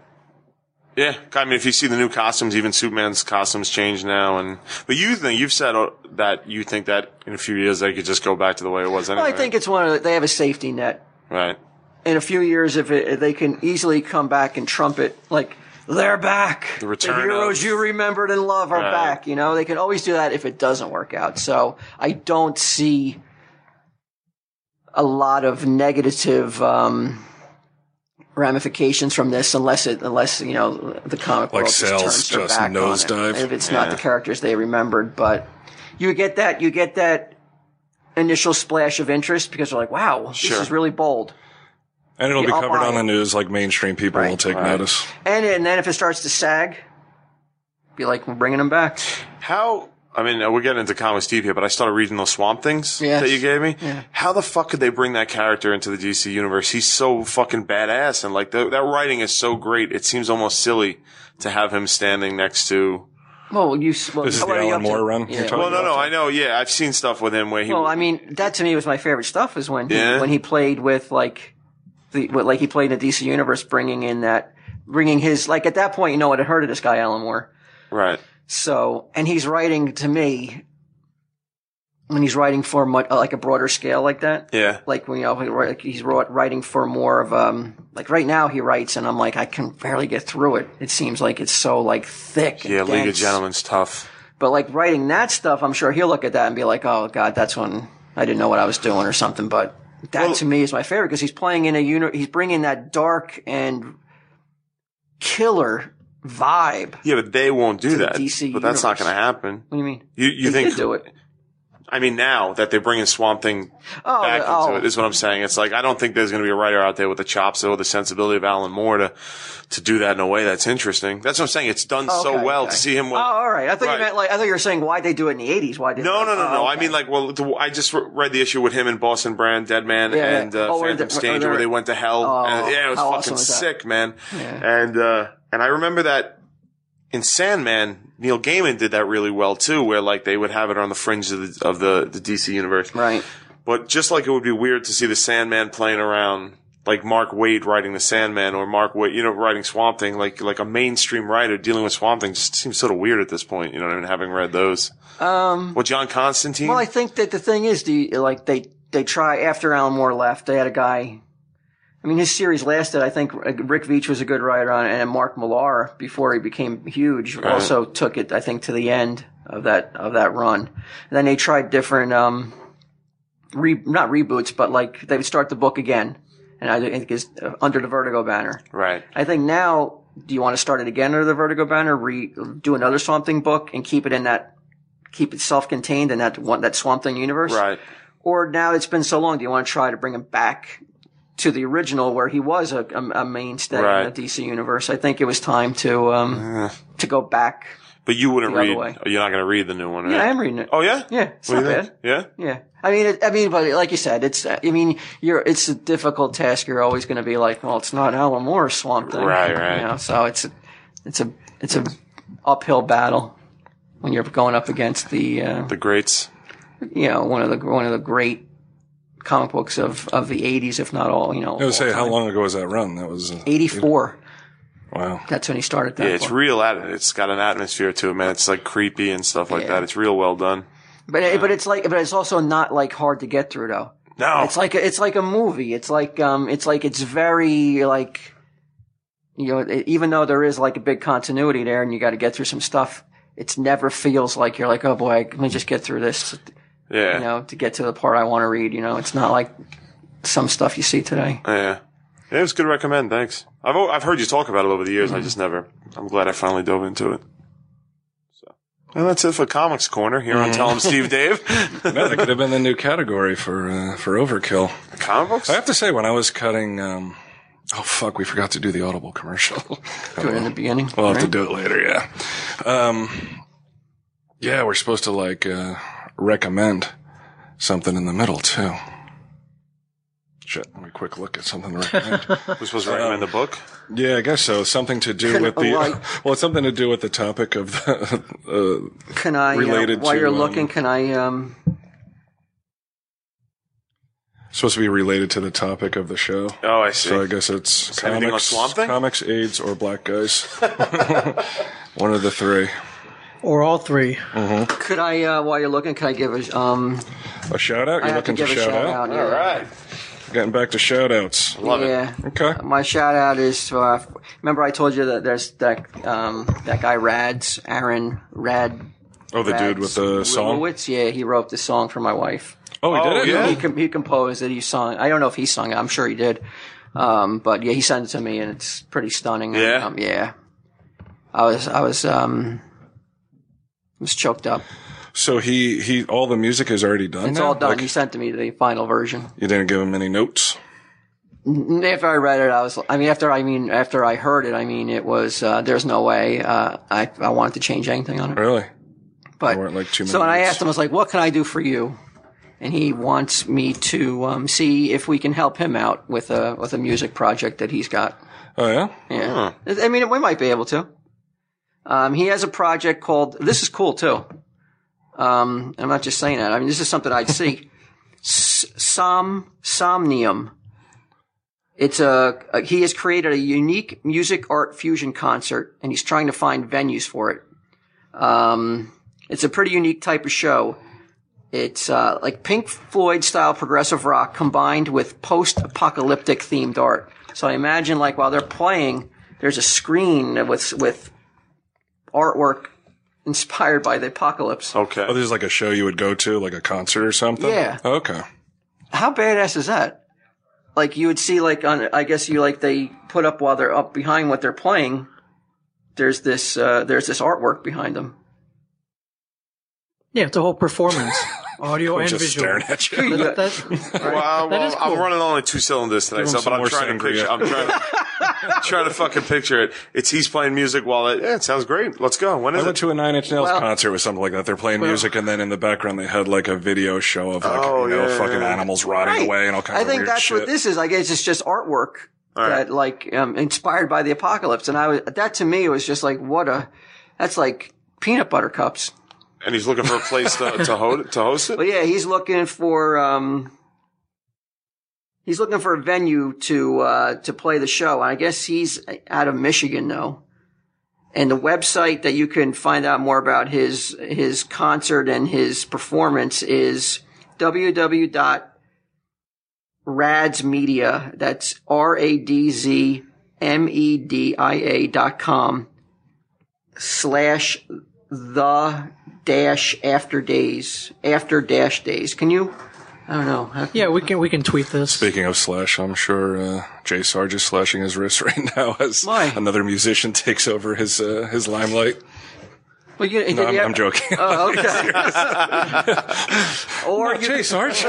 S7: Yeah, I mean, if you see the new costumes, even Superman's costumes change now, and but you think you've said uh, that you think that in a few years they could just go back to the way it was. Anyway.
S4: well, i think it's one of the, they have a safety net
S7: right.
S4: in a few years if, it, if they can easily come back and trumpet like they're back the
S7: return
S4: heroes
S7: of-
S4: you remembered and love are
S7: Right.
S4: back you know they can always do that if it doesn't work out so i don't see a lot of negative um, ramifications from this unless it unless you know the comic
S5: Like
S4: world just
S5: sales
S4: turns their
S5: just
S4: back on it.
S5: nosedive.
S4: if it's not the characters they remembered but you get that you get that initial splash of interest because they're like wow
S7: Sure.
S4: this is really bold
S5: And it'll be
S4: I'll
S5: covered
S4: buy
S5: on the
S4: it.
S5: news, like mainstream people will
S4: Right,
S5: take notice.
S4: And and then if it starts to sag, be like, we're bringing them back.
S7: How? I mean, uh, we're getting into comics deep here, but I started reading those Swamp Things
S4: Yes.
S7: that you gave me. How the fuck could they bring that character into the DC universe? He's so fucking badass, and like the, that writing is so great. It seems almost silly to have him standing next to
S4: Well, you. s- Well,
S5: This is
S4: what
S5: the
S4: are you
S5: Alan
S4: up to?
S5: Moore run.
S4: Oh, Yeah.
S5: You're talking
S7: Well, no,
S5: about?
S7: no, I know. Yeah, I've seen stuff with him where he.
S4: Well, I mean, that to me was my favorite stuff. Is when he,
S7: Yeah.
S4: when he played with like the with, like he played in a DC universe, bringing in that bringing his like at that point you know what had heard of this guy Alan Moore.
S7: right.
S4: So and he's writing to me when he's writing for much, like a broader scale like that.
S7: Yeah.
S4: Like when you know he write- like, he's wrote- writing for more of um like right now he writes and I'm like I can barely get through it. It seems like it's so like thick. and
S7: Yeah, League of
S4: dense.
S7: Gentlemen's tough.
S4: But like writing that stuff, I'm sure he'll look at that and be like, "Oh God, that's when I didn't know what I was doing" or something. But that to me is my favorite because he's playing in a uni- he's bringing that dark and killer vibe. What
S7: Yeah, but they won't do that.
S4: DC
S7: but that's not
S4: universe.
S7: going to happen.
S4: do you mean?
S7: You you
S4: They
S7: think?
S4: could do it?
S7: I mean, now that they're bringing Swamp Thing
S4: Oh,
S7: back
S4: oh,
S7: into it is what I'm saying. It's like I don't think there's going to be a writer out there with the chops or the sensibility of Alan Moore to to do that in a way that's interesting. That's what I'm saying. It's done so
S4: okay,
S7: well
S4: okay.
S7: to see him.
S4: Oh,
S7: With,
S4: all right. I thought
S7: Right.
S4: you meant like I thought you were saying why they do it in the '80s. Why did
S7: no, no, no,
S4: oh,
S7: no. I
S4: okay.
S7: mean, like, well, the, I just re- read the issue with him and Boston Brand, Dead Man,
S4: Yeah, yeah.
S7: and uh,
S4: Oh, where
S7: Phantom
S4: the- where
S7: Stanger, where
S4: they're-
S7: they went to hell.
S4: Oh,
S7: and, yeah, it was
S4: how
S7: fucking
S4: awesome was that?
S7: sick, man.
S4: Yeah.
S7: And uh, and I remember that in Sandman, Neil Gaiman did that really well too, where like they would have it on the fringe of the of the, the DC universe.
S4: right.
S7: But just like it would be weird to see the Sandman playing around, like Mark Wade writing the Sandman or Mark Wade, you know, writing Swamp Thing, like like a mainstream writer dealing with Swamp Thing just seems sort of weird at this point. You know what I mean? Having read those, um, well, John Constantine,
S4: Well, I think that the thing is, the like they they try after Alan Moore left, they had a guy. I mean, his series lasted. I think uh, Rick Veitch was a good writer on, it, and Mark Millar before he became huge also took it. I think to the end of that of that run. And then they tried different, um, re, not reboots, but like they would start the book again. And I think it's uh, under the Vertigo banner.
S7: right?
S4: I think now, do you want to start it again under the Vertigo banner, re do another Swamp Thing book, and keep it in that, keep it self-contained in that one that Swamp Thing universe?
S7: Right.
S4: Or now it's been so long, do you want to try to bring him back to the original where he was a, a, a mainstay in
S7: Right. Uh.
S4: the DC universe? I think it was time to um to go back.
S7: But you wouldn't
S4: The other
S7: read. Oh,
S4: way.
S7: You're not going to read the new one, right?
S4: Yeah, I am reading it.
S7: oh yeah.
S4: yeah, it's
S7: What
S4: not
S7: do you
S4: bad.
S7: think? Yeah.
S4: Yeah, I mean, it, I mean, but like you said, it's. I mean, you're. It's a difficult task. You're always going to be like, well, it's not Alan Moore's Swamp Thing,
S7: Right,
S4: You
S7: right.
S4: know, so it's, a, it's a, it's a uphill battle when you're going up against the, uh,
S7: The greats.
S4: you know, one of the one of the great comic books of of the '80s, if not all. You know,
S5: I was say, how long ago was that run? That was uh,
S4: '84. [laughs]
S5: wow.
S4: That's when he started that.
S7: Yeah, it's
S4: book.
S7: real at it. It's got an atmosphere to it, man. It's like creepy and stuff like
S4: Yeah.
S7: that. It's real well done.
S4: but it, but it's like, but it's also not like hard to get through though.
S7: No,
S4: It's like a, it's like a movie. It's like um, it's like it's very like, you know, it, even though there is like a big continuity there, and you got to get through some stuff. It never feels like you're like, oh boy, let me just get through this,
S7: yeah,
S4: you know, to get to the part I want to read. You know, it's not like some stuff you see today.
S7: Oh, yeah. Yeah, It was good. Recommend. Thanks. I've al- I've heard you talk about it over the years. I just never. I'm glad I finally dove into it. So, and that's it for Comics Corner here
S5: Mm-hmm.
S7: on Tell
S5: [laughs]
S7: 'em Steve Dave.
S5: No, that could have been the new category for uh, for Overkill.
S7: Comic books.
S5: I have to say, when I was cutting, um, oh fuck, we forgot to do the Audible commercial. [laughs]
S4: Do it in the beginning.
S5: We'll have to
S4: right?
S5: do it later, yeah. Um, yeah, we're supposed to like uh, recommend something in the middle too. Shit, let me quick look at something
S4: [laughs]
S5: to recommend.
S7: We're supposed to recommend the book.
S5: yeah, I guess so. Something to do with the
S4: Right.
S5: [laughs] well, it's something to do with the topic of the. [laughs] Uh,
S4: Can I? uh,
S5: Related
S4: while
S5: to,
S4: you're
S5: um,
S4: looking, can I? Um,
S5: supposed to be related to the topic of the show.
S7: Oh, I see.
S5: So I guess it's
S7: anything on
S5: comics,
S7: Swamp Thing?
S5: comics, AIDS, or black guys. [laughs] One of the three.
S6: or all three.
S4: could I? Uh, while you're looking, can I give a? Um,
S5: A shout out?
S4: I
S5: You're
S4: have to
S5: looking to,
S4: give a
S5: shout, out?
S4: yeah.
S7: All right.
S5: Getting back to shout outs.
S7: Love
S4: yeah.
S7: it.
S5: Okay.
S4: My shout out is uh, remember I told you that there's that um, that guy Rads Aaron Rad
S5: Oh, the
S4: Rads
S5: dude with the song.
S4: Wilowitz? Yeah, he wrote the song for my wife.
S5: Oh, he did it?
S7: yeah.
S4: He com- he composed it. He sung. I don't know if he sung it. I'm sure he did. Um, but yeah, he sent it to me, and it's pretty stunning.
S7: Yeah?
S4: Um, yeah. I was I was um I was choked up.
S5: So he, he, all the music is already done.
S4: It's
S5: now?
S4: all done.
S5: Like,
S4: he sent to me the final version.
S5: you didn't give him any notes.
S4: And After I read it, I was. I mean, after I mean, after I heard it, I mean, it was. Uh, there's no way. Uh, I I wanted to change anything on it.
S5: Really?
S4: But
S5: There weren't like too many.
S4: so when I
S5: notes.
S4: asked him, I was like, "What can I do for you?" And he wants me to um, see if we can help him out with a with a music project that he's got.
S5: Oh yeah.
S4: Yeah, I mean, we might be able to. Um, he has a project called, this is cool too. Um, I'm not just saying that. I mean, this is something I'd see. S- Som, Somnium. It's a, a, he has created a unique music art fusion concert and he's trying to find venues for it. Um, it's a pretty unique type of show. It's uh, like Pink Floyd style progressive rock combined with post apocalyptic themed art. So I imagine like while they're playing, there's a screen with with artwork inspired by the apocalypse.
S7: Okay.
S5: Oh, there's like a show you would go to, like a concert or something.
S4: Yeah.
S5: Okay.
S4: How badass is that? Like you would see like on I guess you like they put up while they're up behind what they're playing. There's this uh, there's this artwork behind them.
S6: Yeah, it's a whole performance, audio and
S5: Just
S6: visual.
S5: staring at you.
S6: That- that's-
S7: Well, well
S6: is
S7: I'm
S6: cool.
S7: running on like two cylinders tonight,
S5: Give
S7: so,
S5: him
S7: but
S5: some
S7: I'm
S5: more
S7: trying to
S5: sangria.
S7: picture. I'm trying to,
S5: [laughs]
S7: trying to fucking picture it. It's he's playing music while it. Yeah, it sounds great. Let's go. When
S5: I
S7: is
S5: went
S7: it?
S5: to a Nine Inch Nails concert with something like that. They're playing music, and then in the background they had like a video show of like
S7: Oh,
S5: you know
S7: yeah,
S5: fucking
S7: yeah.
S5: animals rotting
S4: Right.
S5: away and all kinds
S4: I
S5: of
S4: think
S5: weird
S4: that's
S5: shit.
S4: what this is. I guess it's just artwork that like um, inspired by the apocalypse. And I was that to me was just like what a that's like peanut butter cups.
S7: And he's looking for a place to to, ho- to host it.
S4: But yeah, he's looking for um he's looking for a venue to uh to play the show. And I guess he's out of Michigan though. And the website that you can find out more about his his concert and his performance is www.radsmedia. That's r a d z m e d i a dot com slash the dash after days after dash days. Can you? I don't know. How-
S6: yeah, we can we can tweet this.
S5: Speaking of Slash, I'm sure uh, Jay Sarge is slashing his wrist [laughs] right now as
S4: Why?
S5: another musician takes over his uh, his limelight.
S4: Well, you,
S5: No, I'm, I'm joking.
S4: Oh,
S5: [laughs]
S4: okay. [laughs] or you,
S5: Jay Sarge.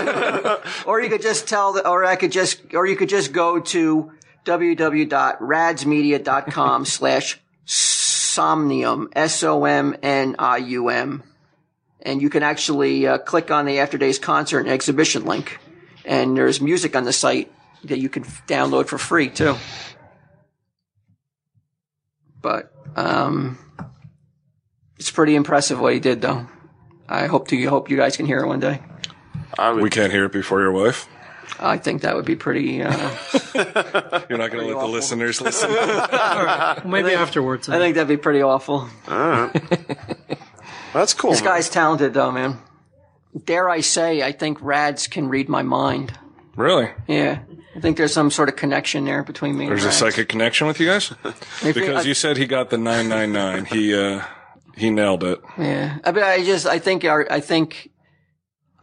S4: [laughs] or you could just tell the, or I could just or you could just go to www.radsmedia.com slash somnium s o m n i u m and you can actually uh, click on the after days concert and exhibition link and there's music on the site that you can f- download for free too but um it's pretty impressive what he did though i hope to hope you guys can hear it one day
S7: I would,
S5: we can't hear it before your wife.
S4: I think that would be pretty. Uh,
S5: You're not going to let
S4: awful. [laughs]
S5: the listeners listen.
S6: Maybe afterwards.
S4: I think that'd be pretty awful.
S7: that's cool.
S4: This guy's talented, though, man. Dare I say, I think Rads can read my mind.
S5: really?
S4: Yeah, I think there's some sort of connection there between me.
S5: There's
S4: and
S5: a
S4: Rads.
S5: psychic connection with you guys
S4: [laughs] If he-
S5: because
S4: I-
S5: you said he got the 999. He uh, he nailed it.
S4: Yeah, I mean, I just, I think, our, I think,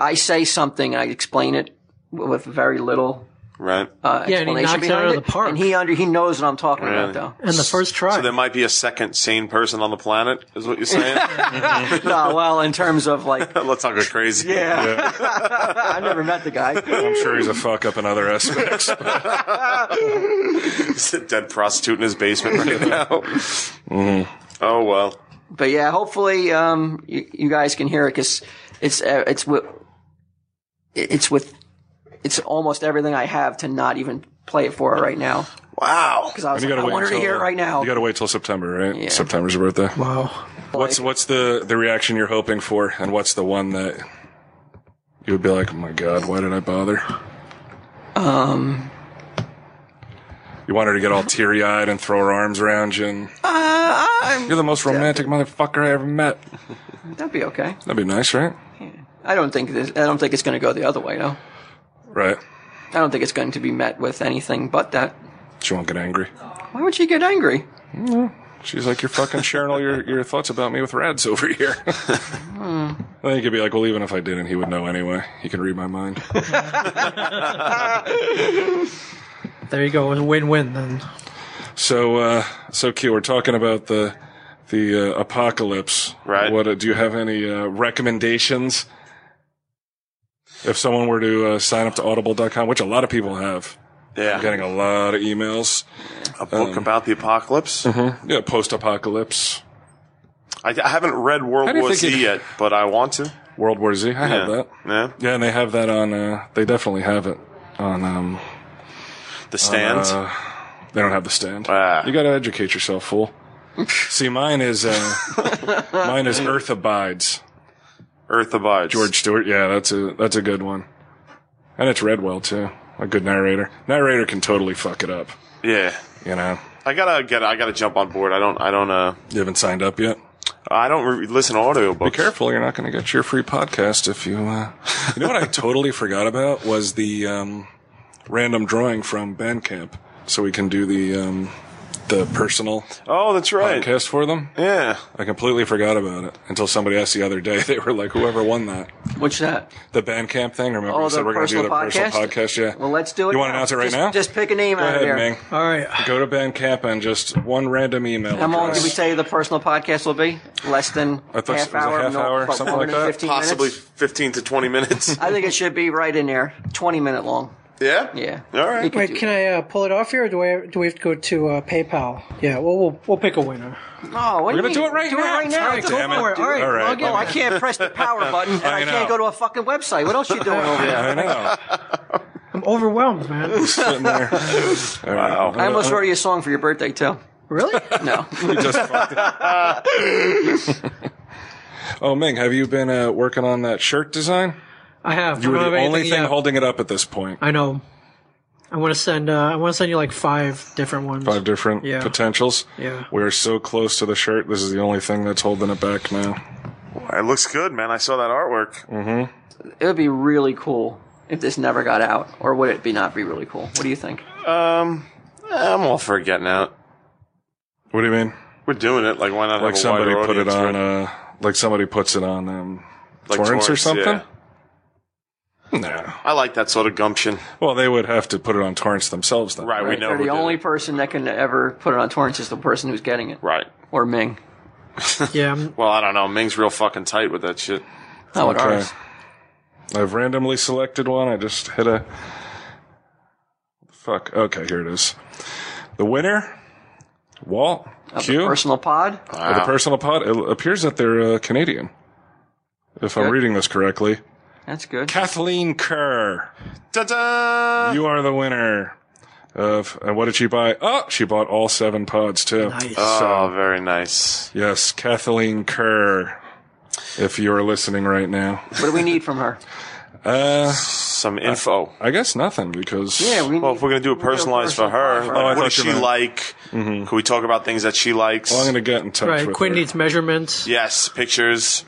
S4: I say something, I explain it w- with very little
S7: right.
S4: uh,
S6: Yeah, and he
S4: explanation
S6: knocks it out
S4: behind
S6: of the park.
S4: and he under, he knows what I'm talking
S7: Really?
S4: about, though.
S6: and the first try.
S7: So there might be a second sane person on the planet, is what
S4: [laughs]
S7: you're saying? [laughs]
S4: no, well, in terms of like,
S7: Let's not go crazy.
S4: yeah, [laughs] I've never met the guy.
S5: I'm sure he's a fuck up
S4: [laughs]
S5: in other aspects.
S7: He's a dead prostitute in his basement
S4: [laughs]
S7: right now.
S5: Mm-hmm.
S7: Oh, well.
S4: but yeah, hopefully um, you, you guys can hear it because it's uh, it's with it's with it's almost everything I have to not even play it for her right now
S7: Wow.
S4: because I was
S5: You
S4: like,
S5: gotta
S4: I
S5: wait
S4: want her to
S5: until- uh,
S4: hear it right now. [laughs]
S5: You got to wait till September, right? September's your birthday.
S6: wow.
S5: What's what's the the reaction you're hoping for, and what's the one that you would be like, oh my god, why did I bother?
S4: Um,
S5: You want her to get all teary eyed and throw her arms around you. And, you're the most romantic motherfucker I ever met.
S4: that'd be okay.
S5: That'd be nice, right?
S4: I don't think this, I don't think it's going to go the other way though.
S5: Right.
S4: I don't think it's going to be met with anything but that.
S5: She won't get angry.
S4: Why would she get angry?
S5: She's like, you're fucking sharing all your, your thoughts about me with Rads over here. I
S4: Hmm.
S5: think you'd be like, well, even if [laughs] I didn't, he would know anyway. He can read my mind.
S6: There you go. It was a win-win then.
S5: So, uh, so Q, we're talking about the the uh, apocalypse,
S7: Right.
S5: What uh, do you have any uh, recommendations? If someone were to uh, sign up to Audible.com, which a lot of people have,
S7: Yeah.
S5: I'm getting a lot of emails.
S7: a book
S5: Um,
S7: about the apocalypse.
S5: Yeah, post-apocalypse,
S7: I, I haven't read
S5: How
S7: World
S5: do you
S7: War
S5: think
S7: Z
S5: it-
S7: yet, but I want to.
S5: World War Z. I have
S7: Yeah.
S5: that.
S7: yeah.
S5: Yeah, and they have that on. Uh, they definitely have it on. Um,
S7: The stand.
S5: uh, they don't have the stand.
S7: Ah. [laughs]
S5: You got to educate yourself, fool. See, mine is uh, mine
S7: [laughs]
S5: is Earth Abides.
S7: Earth abides.
S5: George Stewart. Yeah, that's a that's a good one, and it's read well too. A good narrator. Narrator can totally fuck it up.
S7: Yeah.
S5: You know,
S7: I gotta get. I gotta jump on board. I don't. I don't. Uh.
S5: you haven't signed up yet.
S7: I don't re- listen to audiobooks.
S5: Be careful, you're not going to get your free podcast if you. Uh... [laughs] You know what I totally forgot about was the um, random drawing from Bandcamp, so we can do the um, the personal
S7: Oh, that's right.
S5: podcast for them.
S7: Yeah.
S5: I completely forgot about it until somebody asked the other day. [laughs] They were like, "Whoever won that,
S4: What's that?
S5: the Bandcamp thing." Remember,
S4: Oh,
S5: we
S4: the
S5: said we're going to do the
S4: personal
S5: personal
S4: podcast?
S5: podcast. Yeah.
S4: Well, let's do it.
S5: You want to
S4: now.
S5: announce it right
S4: Just-
S5: now?
S4: Just pick a name
S5: Go
S4: out of
S5: ahead,
S4: there.
S5: Ming.
S6: All right.
S5: Go to Bandcamp and just one random email.
S4: How long
S5: address.
S4: did we say the personal podcast will be? Less than
S5: I thought
S4: half
S5: it was a
S4: hour,
S5: half
S4: no,
S5: hour,
S4: about
S5: something like that.
S4: 115 minutes.
S7: Possibly fifteen to twenty minutes.
S4: I think it should be right in there, 20 minute long.
S7: yeah.
S4: Yeah.
S7: All right.
S4: You can
S6: Wait,
S4: do
S6: can I uh, pull it off here, or do I do we have to go to uh, PayPal? Yeah, well, we'll we'll pick a winner.
S4: Oh, what do
S5: We're gonna
S4: you
S5: do
S4: mean?
S5: it right
S4: do
S5: now.
S4: It right now.
S5: All right,
S4: Go
S5: damn it.
S4: for it.
S5: Do it. All right.
S4: Oh, I can't press the
S7: [laughs]
S4: power button, and I,
S5: know.
S4: can't go to a fucking website. What else you doing over there?
S5: I know.
S6: I'm overwhelmed, [laughs] man.
S5: Sitting
S7: [laughs]
S5: there. All
S4: I
S5: right.
S4: almost wrote you a song for your birthday too.
S6: really?
S4: No,
S5: You just fucked
S7: [laughs]
S5: it. oh, Ming, have you been uh, working on that shirt design?
S6: I have.
S5: You
S6: I
S5: were
S6: don't
S5: the
S6: have
S5: only
S6: anything
S5: thing
S6: yet.
S5: holding it up at this point.
S6: I know. I want to send. Uh, I want to send you like five different ones.
S5: Five different
S6: Yeah.
S5: potentials.
S6: Yeah.
S5: We are so close to the shirt. This is the only thing that's holding it back now.
S7: It looks good, man. I saw that artwork.
S4: it would be really cool if this never got out, or would it be not be really cool? What do you think?
S7: Um, I'm all for getting out.
S5: What do you mean?
S7: We're doing it. Like, why not?
S5: Like
S7: have a
S5: somebody
S7: wider
S5: put it
S7: audience for
S5: on. Uh, like somebody puts it on um,
S7: like
S5: Torrance or something.
S7: yeah.
S5: No.
S7: I like that sort of gumption.
S5: Well, they would have to put it on torrents themselves then.
S7: Right. We know
S4: They're
S7: who
S4: the
S7: did
S4: only
S7: it.
S4: person that can ever put it on torrents is the person who's getting it,
S7: Right.
S4: or Ming.
S6: [laughs] Yeah. I'm,
S7: Well, I don't know. Ming's real fucking tight with that shit.
S4: Not with
S5: Okay.
S4: ours.
S5: I've randomly selected one. I just hit a. Fuck. Okay, here it is. The winner, Walt Q, of
S4: Personal pod.
S5: the personal pod. It appears that they're uh, Canadian, if I'm
S4: Good.
S5: reading this correctly.
S4: That's good.
S5: Kathleen Kerr,
S7: Ta-da!
S5: you are the winner. Of and what did she buy? Oh, she bought all seven pods too. Uh,
S6: nice.
S7: Oh, very nice.
S5: Yes, Kathleen Kerr. If you are listening right now,
S4: What do we need from
S7: [laughs]
S4: her?
S5: uh,
S7: Some info.
S5: I guess nothing because
S4: Yeah, we need.
S7: Well, if we're gonna do it personalized for her,
S4: personalized
S7: like,
S4: for her.
S5: Oh, I
S7: what
S5: thought
S7: does
S5: you
S7: she
S5: meant- Mm-hmm.
S7: like? Can we talk about things that she likes?
S5: I'm gonna get in touch.
S6: right.
S5: with
S6: Quinn
S5: her.
S6: needs measurements.
S7: yes, pictures,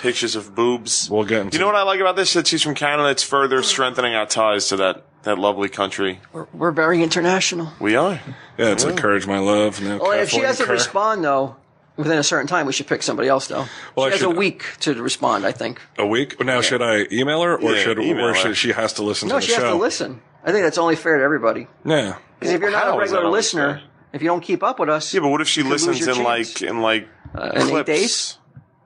S7: pictures of boobs.
S5: We'll get into.
S7: you know what I like about this? That she's from Canada. It's further strengthening our ties to that that lovely country.
S4: we're, we're very international.
S7: We are.
S5: Yeah, it's encourage my love. Now
S4: Well, Oh, if Oh. she
S5: Kathleen
S4: doesn't
S5: Kerr.
S4: respond though, within a certain time, we should pick somebody else though.
S5: Well, I
S4: she has
S5: should-
S4: a week to respond, I think.
S5: a week now, should I email her or
S7: Yeah,
S5: should
S7: email
S5: or
S7: her.
S5: should she has to listen
S4: No,
S5: to the
S4: she has
S5: show?
S4: to listen. I think that's only fair to everybody.
S5: Yeah,
S4: Because if you're not
S7: How
S4: a
S7: is that
S4: regular
S7: only
S4: listener,
S7: fair?
S4: if you don't keep up with us,
S7: Yeah, but what if she
S4: could lose
S7: listens
S4: your
S7: in
S4: chance. Uh,
S7: like in like
S4: in eight
S7: clips?
S4: days?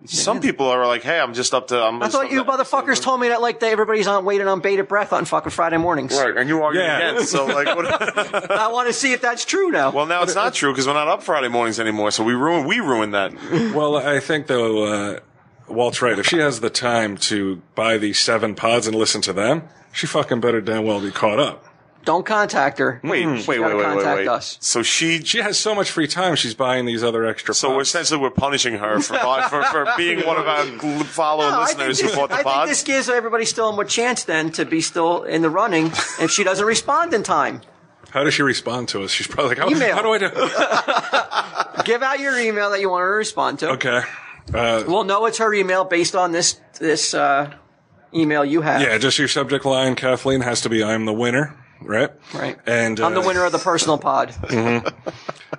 S7: Some people are like, "Hey, I'm just up to." I'm
S4: I thought you motherfuckers told me that like that everybody's on waiting on bated breath on fucking Friday mornings.
S7: Right, and you are
S5: Yeah.
S7: against. So like, what,
S4: I want to see if that's true now.
S7: [laughs] well, now it's not true because we're not up Friday mornings anymore. So we ruin we ruined that.
S5: Well, I think though, uh, Walt's right. If she has the time to buy these seven pods and listen to them, she fucking better damn well be caught up.
S4: don't contact her.
S7: Wait, wait, wait,
S4: gotta
S7: wait, wait,
S4: contact
S7: wait.
S4: us.
S7: So she
S5: She has so much free time. She's buying these other extra.
S7: So we're
S5: pods.
S7: essentially we're punishing her for
S4: [laughs]
S7: for, for being one of our gl- follow
S4: [laughs] No, I think
S7: listeners
S4: this-
S7: who bought
S4: I
S7: the
S4: think
S7: pod.
S4: this gives everybody still more chance then to be still in the running if she doesn't respond in time.
S5: How does she respond to us? She's probably like,
S4: Email.
S5: how, how do I do? [laughs]
S4: Give out your email that you want her to respond to.
S5: okay. Uh,
S4: We'll know it's her email based on this this uh, email you have.
S5: yeah, just your subject line, Kathleen, has to be I'm the winner, right?
S4: Right.
S5: And
S4: I'm the
S5: uh,
S4: winner of the personal
S5: [laughs]
S4: pod.
S5: I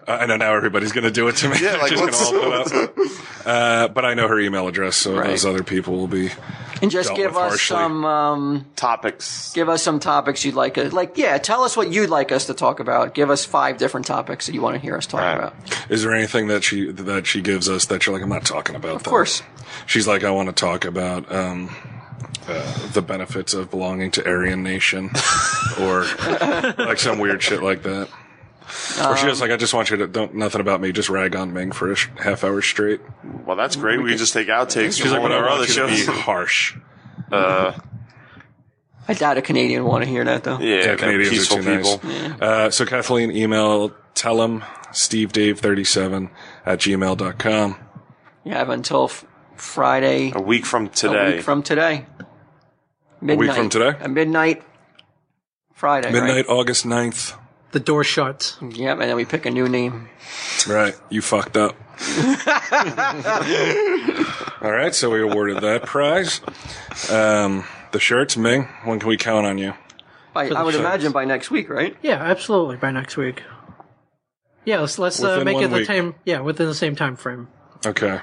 S5: I know now everybody's going to do it to me.
S7: Yeah,
S5: [laughs]
S7: like,
S5: Just gonna
S7: what's-
S5: all put up. Uh, but I know her email address, so
S4: Right.
S5: those other people will be.
S4: And just
S5: Dealt
S4: give
S5: with
S4: us
S5: harshly.
S4: some um,
S7: Topics.
S4: give us some topics you'd like us like yeah, tell us what you'd like us to talk about. Give us five different topics that you want to hear us talk
S7: Right.
S4: about.
S5: Is there anything that she that she gives us that you're like, I'm not talking about?
S4: Of course.
S5: She's like, I want to talk about um, uh, the benefits of belonging to Aryan
S4: [laughs]
S5: Nation, or like some weird shit like that. or
S4: Um,
S5: she was like, I just want you to don't nothing about me. Just rag on Ming for a sh- half hour straight.
S7: Well, that's great. We, can just take outtakes
S5: She's
S7: from
S5: like,
S7: one
S5: but
S7: of
S5: I
S7: our
S5: want
S7: other
S5: you to be
S7: shows.
S5: harsh.
S7: Uh,
S4: I doubt a Canadian want to hear that though.
S7: [laughs] Yeah,
S5: Yeah,
S7: they're
S5: Canadians
S7: peaceful
S5: are too
S7: people.
S5: nice. Uh, so Kathleen, email tell him stevedave37 at gmail.com.
S4: You have until f- Friday,
S7: A week from
S4: a
S7: today.
S4: week from today. Midnight.
S5: from today?
S4: At midnight. Friday. right?
S5: Midnight, August 9th.
S6: The door shuts.
S5: Mm.
S4: Yep, and then we pick a new name.
S5: Right. You fucked up. All right. So we awarded that prize. Um, the shirts, Ming, when can we count on you?
S4: By, I would imagine by next week, right?
S6: Yeah, absolutely. By next week. Yeah, let's let's uh,
S5: Within
S6: make
S5: one
S6: it the
S5: week.
S6: time. Yeah, within the same time frame.
S5: Okay.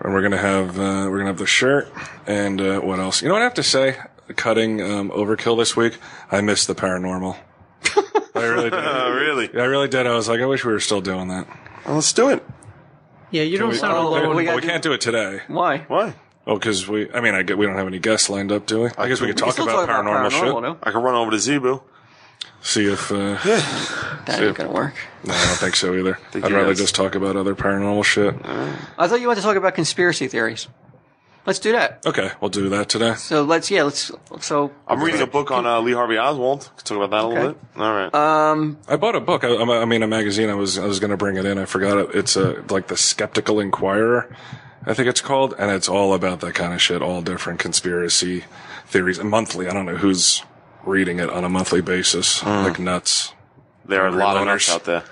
S5: And we're gonna have uh, we're gonna have the shirt and uh, what else? You know what I have to say? Cutting um, overkill this week. I missed the paranormal. I really did.
S7: Oh,
S5: I
S7: really?
S5: really did. I was like, I wish we were still doing that.
S7: Well, let's do it.
S6: Yeah, you don't sound
S4: oh,
S5: [laughs]
S6: alone.
S5: Well, we,
S4: gotta do-
S5: can't do it today.
S4: Why?
S7: Why?
S5: Oh, because we. I mean, I gu- we don't have any guests lined up, do we? I guess we could talk
S4: Still
S5: about, paranormal, shit.
S4: though.
S7: I can run over to Zebu.
S5: See if. Uh,
S4: That ain't gonna work.
S5: no, I don't think so either. I'd
S7: you
S5: rather
S7: guys-
S5: just talk about other paranormal shit.
S4: I thought you wanted to talk about conspiracy theories. Let's do that.
S5: Okay, we'll do that today.
S4: So let's yeah, let's so
S7: I'm reading a book on uh, Lee Harvey Oswald. Can talk about that a little
S4: Okay.
S7: bit. All right.
S5: Uh,
S4: um,
S5: I bought a book. I, I mean, a magazine. I was I was going to bring it in. I forgot it. It's a like the Skeptical Inquirer, I think it's called, and it's all about that kind of shit. All different conspiracy theories. And monthly. I don't know who's reading it on a monthly basis. Like nuts.
S7: there are a lot of
S5: Loners.
S7: nerds out there.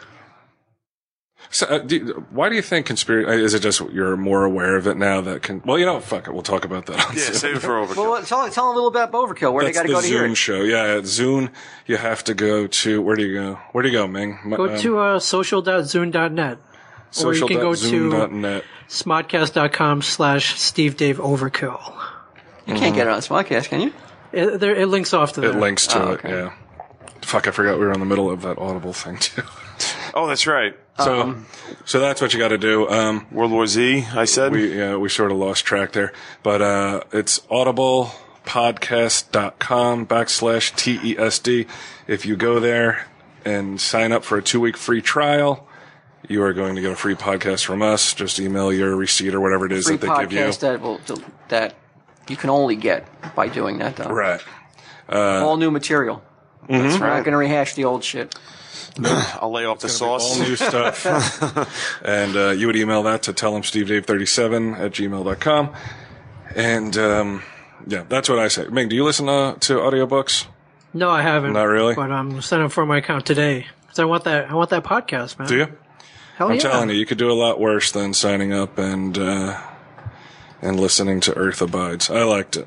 S5: So, uh, do, why do you think conspiracy? Is it just you're more aware of it now? That can. Well, you know, fuck it. We'll talk about that. On
S7: Yeah,
S5: [laughs] Zoom.
S7: save it [laughs] for overkill.
S4: well, what- tell tell them a little bit about Overkill. Where
S5: That's
S4: they
S5: the
S4: gotta go to hear
S5: Zoom
S4: it.
S5: show. Yeah, at Zoom, you have to go to where do you go? Where do you go, Ming? um,
S6: Go to uh, social.zune.net, or you can go to
S5: net.
S6: smodcast.com slash Steve Dave Overkill.
S4: You can't get it on this podcast, can you?
S6: It, there, it links off to that.
S5: It links to
S4: Oh,
S5: it.
S4: okay.
S5: Yeah. Fuck, I forgot we were in the middle of that Audible thing too. [laughs]
S7: Oh, that's right.
S5: So,
S4: Um,
S5: so that's what you got to do. Um,
S7: World War Z, I said.
S5: we yeah, we sort of lost track there, but uh, it's audiblepodcast.com backslash tesd. If you go there and sign up for a two week free trial, you are going to get a free podcast from us. Just email your receipt or whatever it is
S4: Free
S5: that they give you.
S4: podcast that will that you can only get by doing that though.
S5: right. Mm-hmm.
S4: All new material.
S7: that's
S4: We're
S7: right.
S4: not gonna rehash the old shit.
S7: I'll lay off the
S5: all
S7: sauce.
S5: new
S4: [laughs]
S5: stuff. and uh, you would email that to tell him Steve Dave 37 at gmail.com. And um, yeah, that's what I say. Ming, do you listen uh, to audiobooks?
S6: No, I haven't.
S5: Not really?
S6: But I'm signing up for my account today. 'Cause I want that. I want that podcast, man.
S5: Do you?
S6: Hell
S5: I'm
S6: yeah.
S5: telling you, you could do a lot worse than signing up and uh, and listening to Earth Abides. I liked it.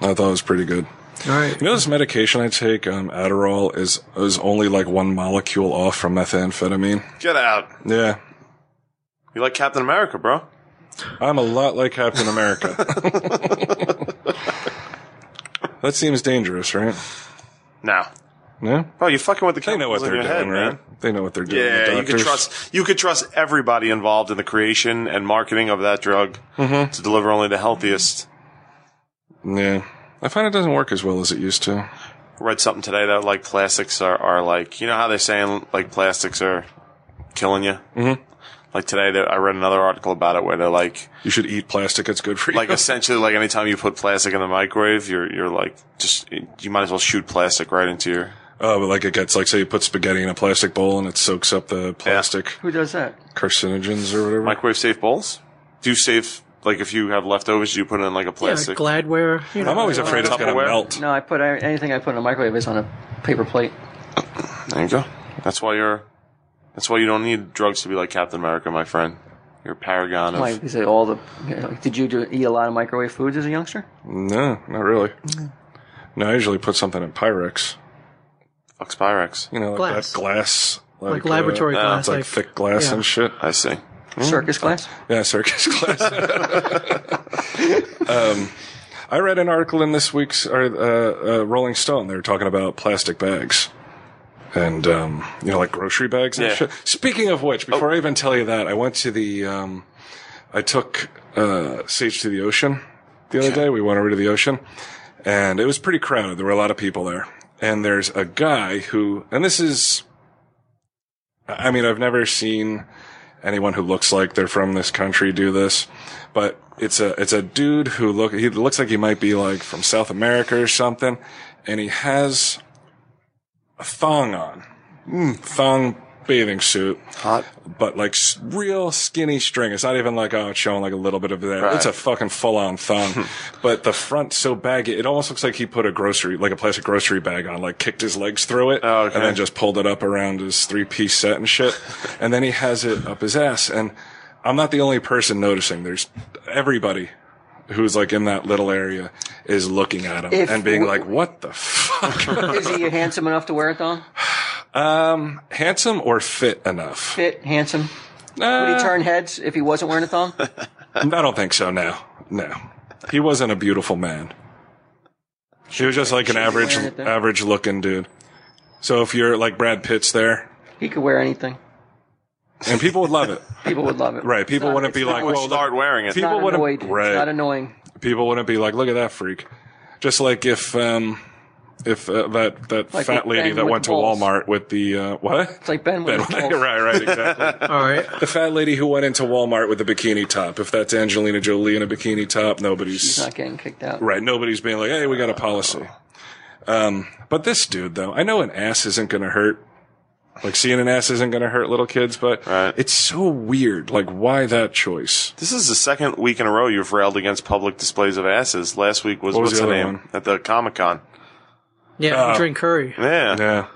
S5: I thought it was pretty good.
S6: All right.
S5: You know, this medication I take, um, Adderall, is is only like one molecule off from methamphetamine.
S7: Get out.
S5: Yeah,
S7: You like Captain America, bro?
S5: I'm a lot like Captain America. [laughs] that seems dangerous, right?
S7: No.
S5: No?
S7: Oh, you fucking with the
S5: They know what they're doing,
S7: chemicals in your head, man.
S5: right? They know what they're doing. the
S7: Yeah, you could
S5: doctors.
S7: trust you could trust everybody involved in the creation and marketing of that drug
S5: Mm-hmm.
S7: to deliver only the healthiest.
S5: Yeah. I find it doesn't work as well as it used to.
S7: read something today that like plastics are, are like you know how they're saying like plastics are killing you. Mm-hmm. Like today, there- I read another article about it where they're like
S5: You should eat plastic. It's good for you. [laughs]
S7: like essentially like anytime you put plastic in the microwave, you're you're like just you might as well shoot plastic right into your.
S5: oh, but like it gets like, say you put spaghetti in a plastic bowl and it soaks up the plastic
S4: Who does that?
S5: carcinogens or whatever.
S7: Microwave safe bowls. Do you save like if you have leftovers, you put it in like a
S6: Yeah,
S7: plastic.
S6: Gladware. You know,
S5: I'm always afraid it's going to
S7: Tupperware?
S5: melt.
S4: No, I put anything I put in the microwave is on a paper plate.
S7: there you go. That's why you're. That's why you don't need drugs to be like Captain America, my friend. You're a paragon of.
S4: Like, is it all the? you know, did you do, eat a lot of microwave foods as a youngster?
S5: No, not really. No, I usually put something in Pyrex.
S7: Fucks Pyrex.
S5: You know, like
S6: Glass.
S5: that glass.
S6: like laboratory
S5: uh,
S6: glass,
S5: It's like, thick glass
S6: yeah.
S5: and shit.
S7: I see.
S5: Mm,
S4: Circus class.
S5: Yeah, circus class. [laughs] um, I read an article in this week's or, uh, uh, Rolling Stone. They were talking about plastic bags and um, you know, like grocery bags and
S7: Yeah.
S5: shit. Speaking of which, before I even tell you that, I went to the. Um, I took uh, Sage to the ocean the other day. We went over to the ocean, and it was pretty crowded. There were a lot of people there, and there's a guy who, and this is. I mean, I've never seen anyone who looks like they're from this country do this, but It's a it's a dude who look he looks like he might be like from South America or something, and he has a thong on, mm, thong bathing suit,
S7: Hot.
S5: but like s- real skinny string. It's not even like oh, it's showing like a little bit of that.
S7: Right. Hmm.
S5: It's a fucking full on thong, but the front so baggy it almost looks like he put a grocery like a plastic grocery bag on, like kicked his legs through it,
S7: Oh, okay.
S5: and then just pulled it up around his three piece set and
S7: [laughs]
S5: shit, and then he has it up his ass. And I'm not the only person noticing. There's everybody. Who's like in that little area is looking at him
S4: If
S5: and being
S4: we-
S5: like, "What the fuck?"
S7: [laughs]
S4: Is he handsome enough to wear it though?
S5: Um, handsome or fit enough?
S4: Fit, handsome.
S5: Uh,
S4: Would he turn heads if he wasn't wearing a
S5: [laughs]
S4: thong?
S5: I don't think so. No, no, he wasn't a beautiful man. He was just like an average,
S4: wearing it then.
S5: average looking dude. So if you're like Brad Pitt's there,
S4: He could wear anything.
S5: and people would love it,
S4: People would love it.
S5: right? People
S4: not-
S5: wouldn't be
S4: it's not-
S5: like,
S7: Would
S5: well, look-
S7: start wearing it.
S5: people
S4: Not
S5: wouldn't-
S4: annoyed.
S5: right.
S4: It's not annoying.
S5: people wouldn't be like, look at that freak. Just like if, um, if uh, that that
S4: Like
S5: fat
S4: with
S5: lady
S4: Ben
S5: that
S4: with
S5: went to
S4: balls.
S5: Walmart with the uh, what?
S4: It's like Ben with his balls.
S5: [laughs] right, right, exactly.
S6: All right.
S5: The fat lady who went into Walmart with a bikini top. If that's Angelina Jolie in a bikini top, nobody's
S4: He's not getting kicked out.
S5: right. Nobody's being like, "Hey, we got a policy." Um, but this dude, though, I know an ass isn't going to hurt. Like seeing an ass isn't going to hurt little kids, but
S7: Right.
S5: it's so weird. Like, why that choice?
S7: This is the second week in a row you've railed against public displays of asses. Last week was,
S5: What was
S7: what's
S5: the
S7: the,
S5: other
S7: name
S5: one?
S7: at the Comic Con.
S6: Yeah,
S5: Uh,
S6: you drink curry.
S7: Yeah.
S5: Yeah,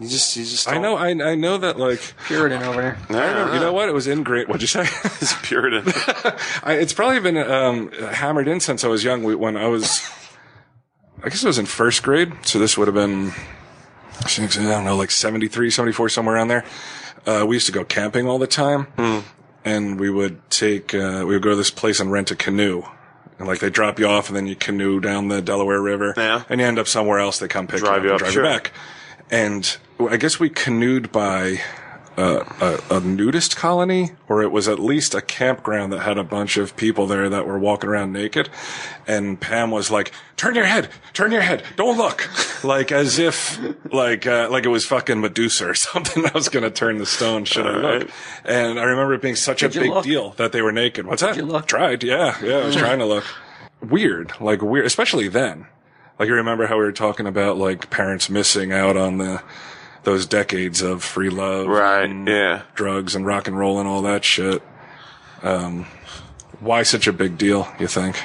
S7: you just you just
S5: I
S7: don't-
S5: know. I, I know that. Like,
S4: Puritan over there.
S7: Yeah,
S5: you know what? It was in great. What'd you say? [laughs]
S7: It's Puritan.
S5: I, it's probably been um, hammered in since I was young. We- When I was, I guess I was in first grade, so this would have been, I don't know, like 73, 74, somewhere around there. Uh, we used to go camping all the time, and we would take, uh, we would go to this place and rent a canoe. And like they drop you off, and then you canoe down the Delaware River,
S7: Yeah.
S5: and you end up somewhere else. They come pick
S7: Drive
S5: you
S7: you
S5: up, and drive
S7: up, sure.
S5: you back. And I guess we canoed by uh, a, a nudist colony, or it was at least a campground that had a bunch of people there that were walking around naked. And Pam was like, "Turn your head, turn your head, don't look," [laughs] like as if like uh, like it was fucking Medusa or [laughs] something. I was gonna turn the stone. Should I look? And I remember it being such a
S4: you
S5: big
S4: look?
S5: deal that they were naked. What's that?
S4: you look?
S5: Tried, yeah,
S4: [laughs]
S5: yeah. I was trying to look weird, like weird, especially then. Like you remember how we were talking about like parents missing out on the those decades of free love,
S7: Right,
S5: and
S7: yeah.
S5: drugs and rock and roll and all that shit. Um, why such a big deal? You think?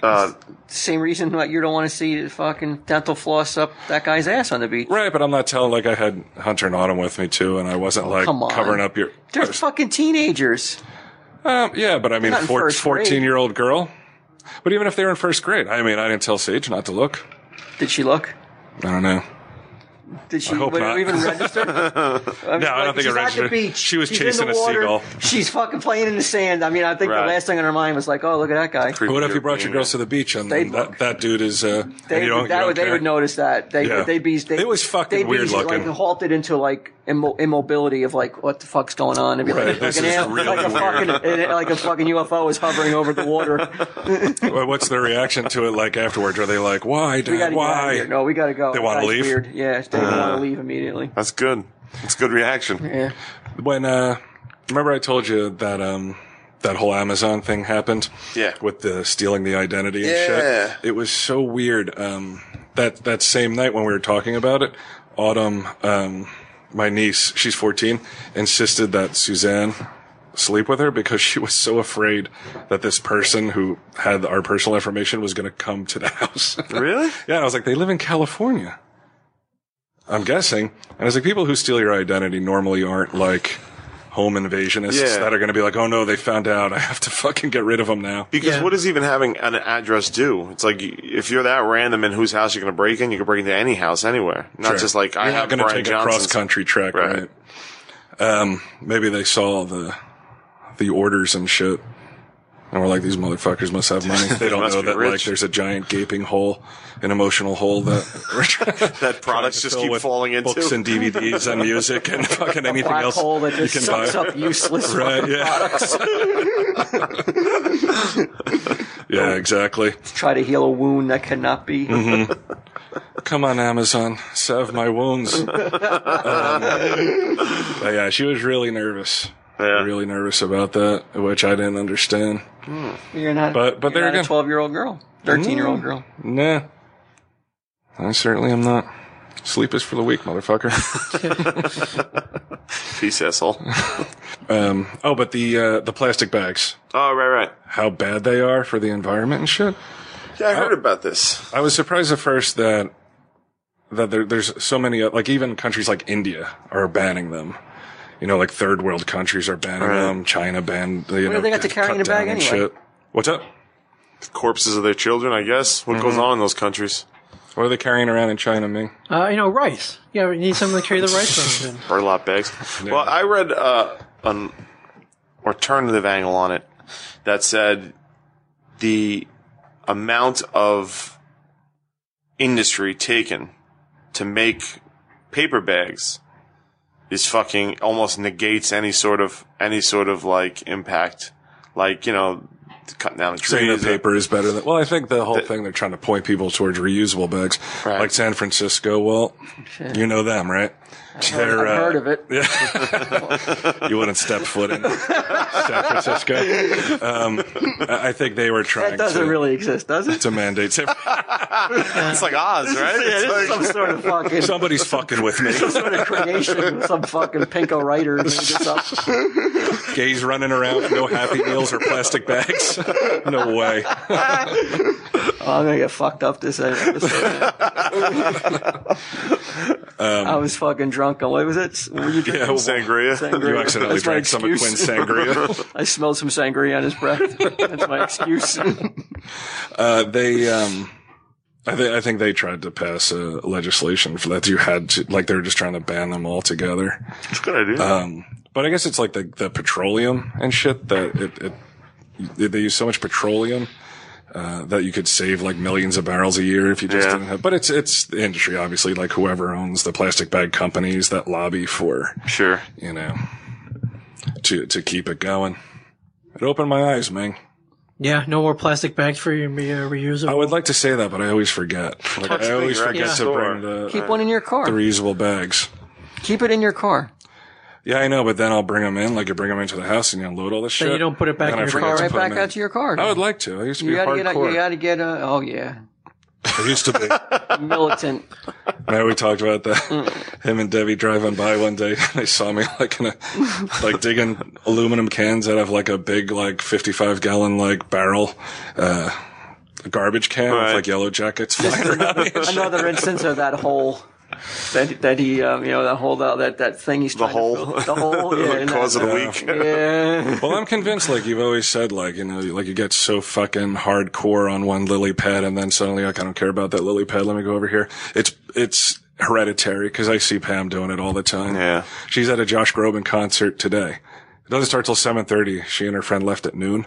S7: Uh,
S4: Same reason that you don't want to see fucking dental floss up that guy's ass on the beach.
S5: Right, but I'm not telling. Like I had Hunter and Autumn with me too, and I wasn't like
S4: come on.
S5: covering up your.
S4: They're fucking teenagers.
S5: Um, yeah, but I mean,
S4: Not in
S5: four,
S4: first grade.
S5: 14 year old girl. But even if they were in first grade, I mean, I didn't tell Sage not to look.
S4: Did she look?
S5: I don't know.
S4: Did she
S5: hope
S4: would it
S5: not. [laughs]
S4: even register? I mean,
S5: No, I don't
S4: like,
S5: think it
S4: she's At
S5: registered.
S4: the beach.
S5: She was
S4: she's
S5: chasing
S4: in
S5: a
S4: the water,
S5: seagull.
S4: She's fucking playing in the sand. I mean, I think
S7: Right.
S4: the last thing on her mind was like, "Oh, look at that guy."
S7: creepy
S5: What if you brought your
S7: European
S5: girls to the beach and
S4: They'd
S5: that,
S4: look.
S5: that dude is? Uh,
S4: They,
S5: and you don't,
S4: that
S5: you
S4: would,
S5: don't
S4: they
S5: care?
S4: would notice that. They,
S5: Yeah.
S4: They'd be. They,
S5: It was fucking
S4: they'd be,
S5: weird looking.
S4: Like halted into like immo- immobility of like, what the fuck's going on? And be
S5: Right,
S4: like,
S5: this
S4: a fucking
S5: is
S4: al-
S5: really
S4: like a
S5: weird.
S4: fucking and it- like a fucking UFO is hovering over the
S5: [laughs]
S4: water.
S5: Well, What's their reaction to it like afterwards? Are they like, why,
S4: We gotta
S5: Dad,
S4: get out of
S5: why?
S4: here. No, we gotta go.
S5: They wanna
S4: That's
S5: leave? Uh,
S4: Weird. Yeah, they want to leave immediately.
S7: That's good. That's good reaction.
S4: Yeah.
S5: When, uh, remember I told you that, um, that whole Amazon thing happened?
S7: Yeah.
S5: With the stealing the identity and
S7: Yeah.
S5: shit. It was so weird. Um, that, that same night when we were talking about it, Autumn, um, my niece, she's 14, insisted that Suzanne sleep with her because she was so afraid that this person who had our personal information was going to come to the [laughs] house.
S7: Really?
S5: Yeah, and I was like, they live in California. I'm guessing. And I was like, people who steal your identity normally aren't like home invasionists
S7: Yeah.
S5: that are going to be like, oh no, they found out. I have to fucking get rid of them now.
S7: Because
S6: Yeah.
S7: what does even having an address do? It's like y- if you're that random in whose house you're going to break in, you can break into any house anywhere. Not
S5: Sure.
S7: just like I
S5: You're
S7: have
S5: not gonna
S7: Brian
S5: take a cross
S7: Johnson's.
S5: country trek, right?
S7: Right.
S5: Um, maybe they saw the the orders and shit, and were like, "These motherfuckers must have
S7: [laughs]
S5: money." They don't
S7: must
S5: know
S7: be
S5: that like
S7: rich.
S5: there's a giant gaping hole, an emotional hole that we're trying- [laughs] trying
S7: products
S5: to
S7: just
S5: fill
S7: keep
S5: with
S7: falling into.
S5: books and DVDs and music
S4: [laughs]
S5: and fucking anything
S4: Black
S5: else
S4: hole that
S5: you
S4: just
S5: can
S4: sucks
S5: buy.
S4: up useless
S5: [laughs] Right?
S4: fucking
S5: Yeah.
S4: [laughs] products.
S5: yeah. Exactly.
S4: Try to heal a wound that cannot be.
S5: Mm-hmm. Come on, Amazon,
S4: [laughs]
S5: salve my wounds. Um, but yeah, she was really nervous.
S7: [laughs] Yeah.
S5: Really nervous about that, which I didn't understand.
S4: [laughs] You're not.
S5: But- but
S4: you're
S5: there Mm.
S4: not
S5: again-
S4: a twelve-year-old girl, thirteen-year-old girl.
S5: Nah. I certainly am not. Sleep is for the weak,
S4: [laughs]
S5: motherfucker. [laughs]
S7: Peace, asshole.
S5: um, oh, but the uh, the plastic bags,
S7: Oh, right, right.
S5: how bad they are for the environment and shit.
S7: Yeah,
S5: Oh.
S7: I heard about this.
S5: I was surprised at first that that there, there's so many uh, like even countries like India are banning them. You know, like third world countries are banning them. China banned. You know,
S4: they got to
S5: cut
S4: carrying a bag
S5: down and
S4: anyway?
S5: What's up?
S7: Corpses of their children, I guess.
S5: Mm-hmm.
S7: What goes on in those countries?
S5: What are they carrying around in China, Ming?
S6: Uh, you know, rice. Yeah, you need something to carry the rice around in.
S7: Burlap bags. Well, I read uh, an alternative angle on it that said the amount of industry taken to make paper bags is fucking almost negates any sort of any sort of like impact, like you know, cutting down the
S5: Saying
S7: trees.
S5: that paper is better than well, I think the whole thing they're trying to point people towards reusable bags,
S7: Right.
S5: like San Francisco. Well, you know them, right? They're,
S4: I've
S5: uh,
S4: heard of it.
S5: you wouldn't step foot in San Francisco.
S4: [laughs]
S5: Um, I I think they were trying.
S4: That doesn't
S5: to,
S4: really exist, does it?
S5: to mandate. San-
S7: It's like Oz, right?
S4: [laughs] Yeah,
S7: It's
S4: this is
S7: like-
S4: some sort of
S5: [laughs]
S4: fucking some [laughs]
S5: Somebody's fucking with me.
S4: sort of creation. Some fucking pinko writer made this up.
S5: Gays running around, with no happy meals or plastic bags. [laughs] No way.
S4: Oh, I'm gonna get fucked up this episode. I was fucking drunk. And what was it? What were you drinking?
S5: Um, Yeah, well,
S7: Sangria.
S4: Sangria.
S7: [laughs]
S5: you accidentally
S4: That's my
S5: drank some of Quinn's
S4: excuse. [laughs]
S5: sangria.
S4: I smelled some sangria on his
S5: [laughs]
S4: breath. That's my excuse.
S5: Uh, they, um, I, th- I think they tried to pass uh, legislation for that. You had to, like, they were just trying to ban them altogether.
S7: It's a good idea.
S5: Um, but I guess it's like the, the petroleum and shit that it, it they- they use so much petroleum. Uh, that you could save like millions of barrels a year if you just
S7: Yeah.
S5: didn't have, but it's, it's the industry, obviously, like whoever owns the plastic bag companies that lobby for,
S7: sure.
S5: you know, to, to keep it going. It opened my eyes, Ming.
S6: Yeah, no more plastic bags for you to be, uh, reusable.
S5: I would like to say that, but I always forget. Like, I always
S7: you're at
S5: forget
S7: the
S5: to
S7: store.
S5: bring the,
S4: Keep one in your car.
S5: the reusable bags.
S4: Keep it in your car.
S5: Yeah, I know, but then I'll bring them in, like you bring them into the house and you unload all this shit.
S6: Then you don't put it back
S5: and
S6: in
S5: I
S6: your
S5: forget
S6: car
S5: to
S4: Right
S5: put 'em
S4: back
S5: in.
S4: out to your car.
S5: I would like to. I used to
S4: you
S5: be
S4: gotta get. A,
S5: hardcore.
S4: you gotta get a. Oh yeah,
S5: I used to be.
S4: militant.
S5: [laughs] Now we talked about that. Him and Debbie driving by one day, [laughs] they saw me like in a, like digging aluminum cans out of like a big like fifty-five gallon like barrel, uh, garbage can with
S7: Right.
S5: like yellow jackets flying around. me and shit.
S4: Another instance of that whole. That, that he, um, you know, that whole that that, that thing he's trying
S7: hole.
S4: to fill- the
S5: [laughs]
S4: hole, yeah, and
S7: Cause
S4: that- uh,
S7: of the week.
S4: yeah.
S5: Well, I'm convinced, like you've always said, like, you know, like you get so fucking hardcore on one lily pad and then suddenly, like, I don't care about that lily pad. Let me go over here. It's, it's hereditary because I see Pam doing it all the time.
S7: Yeah.
S5: She's at a Josh Groban concert today. It doesn't start till 7.30. She and her friend left at noon.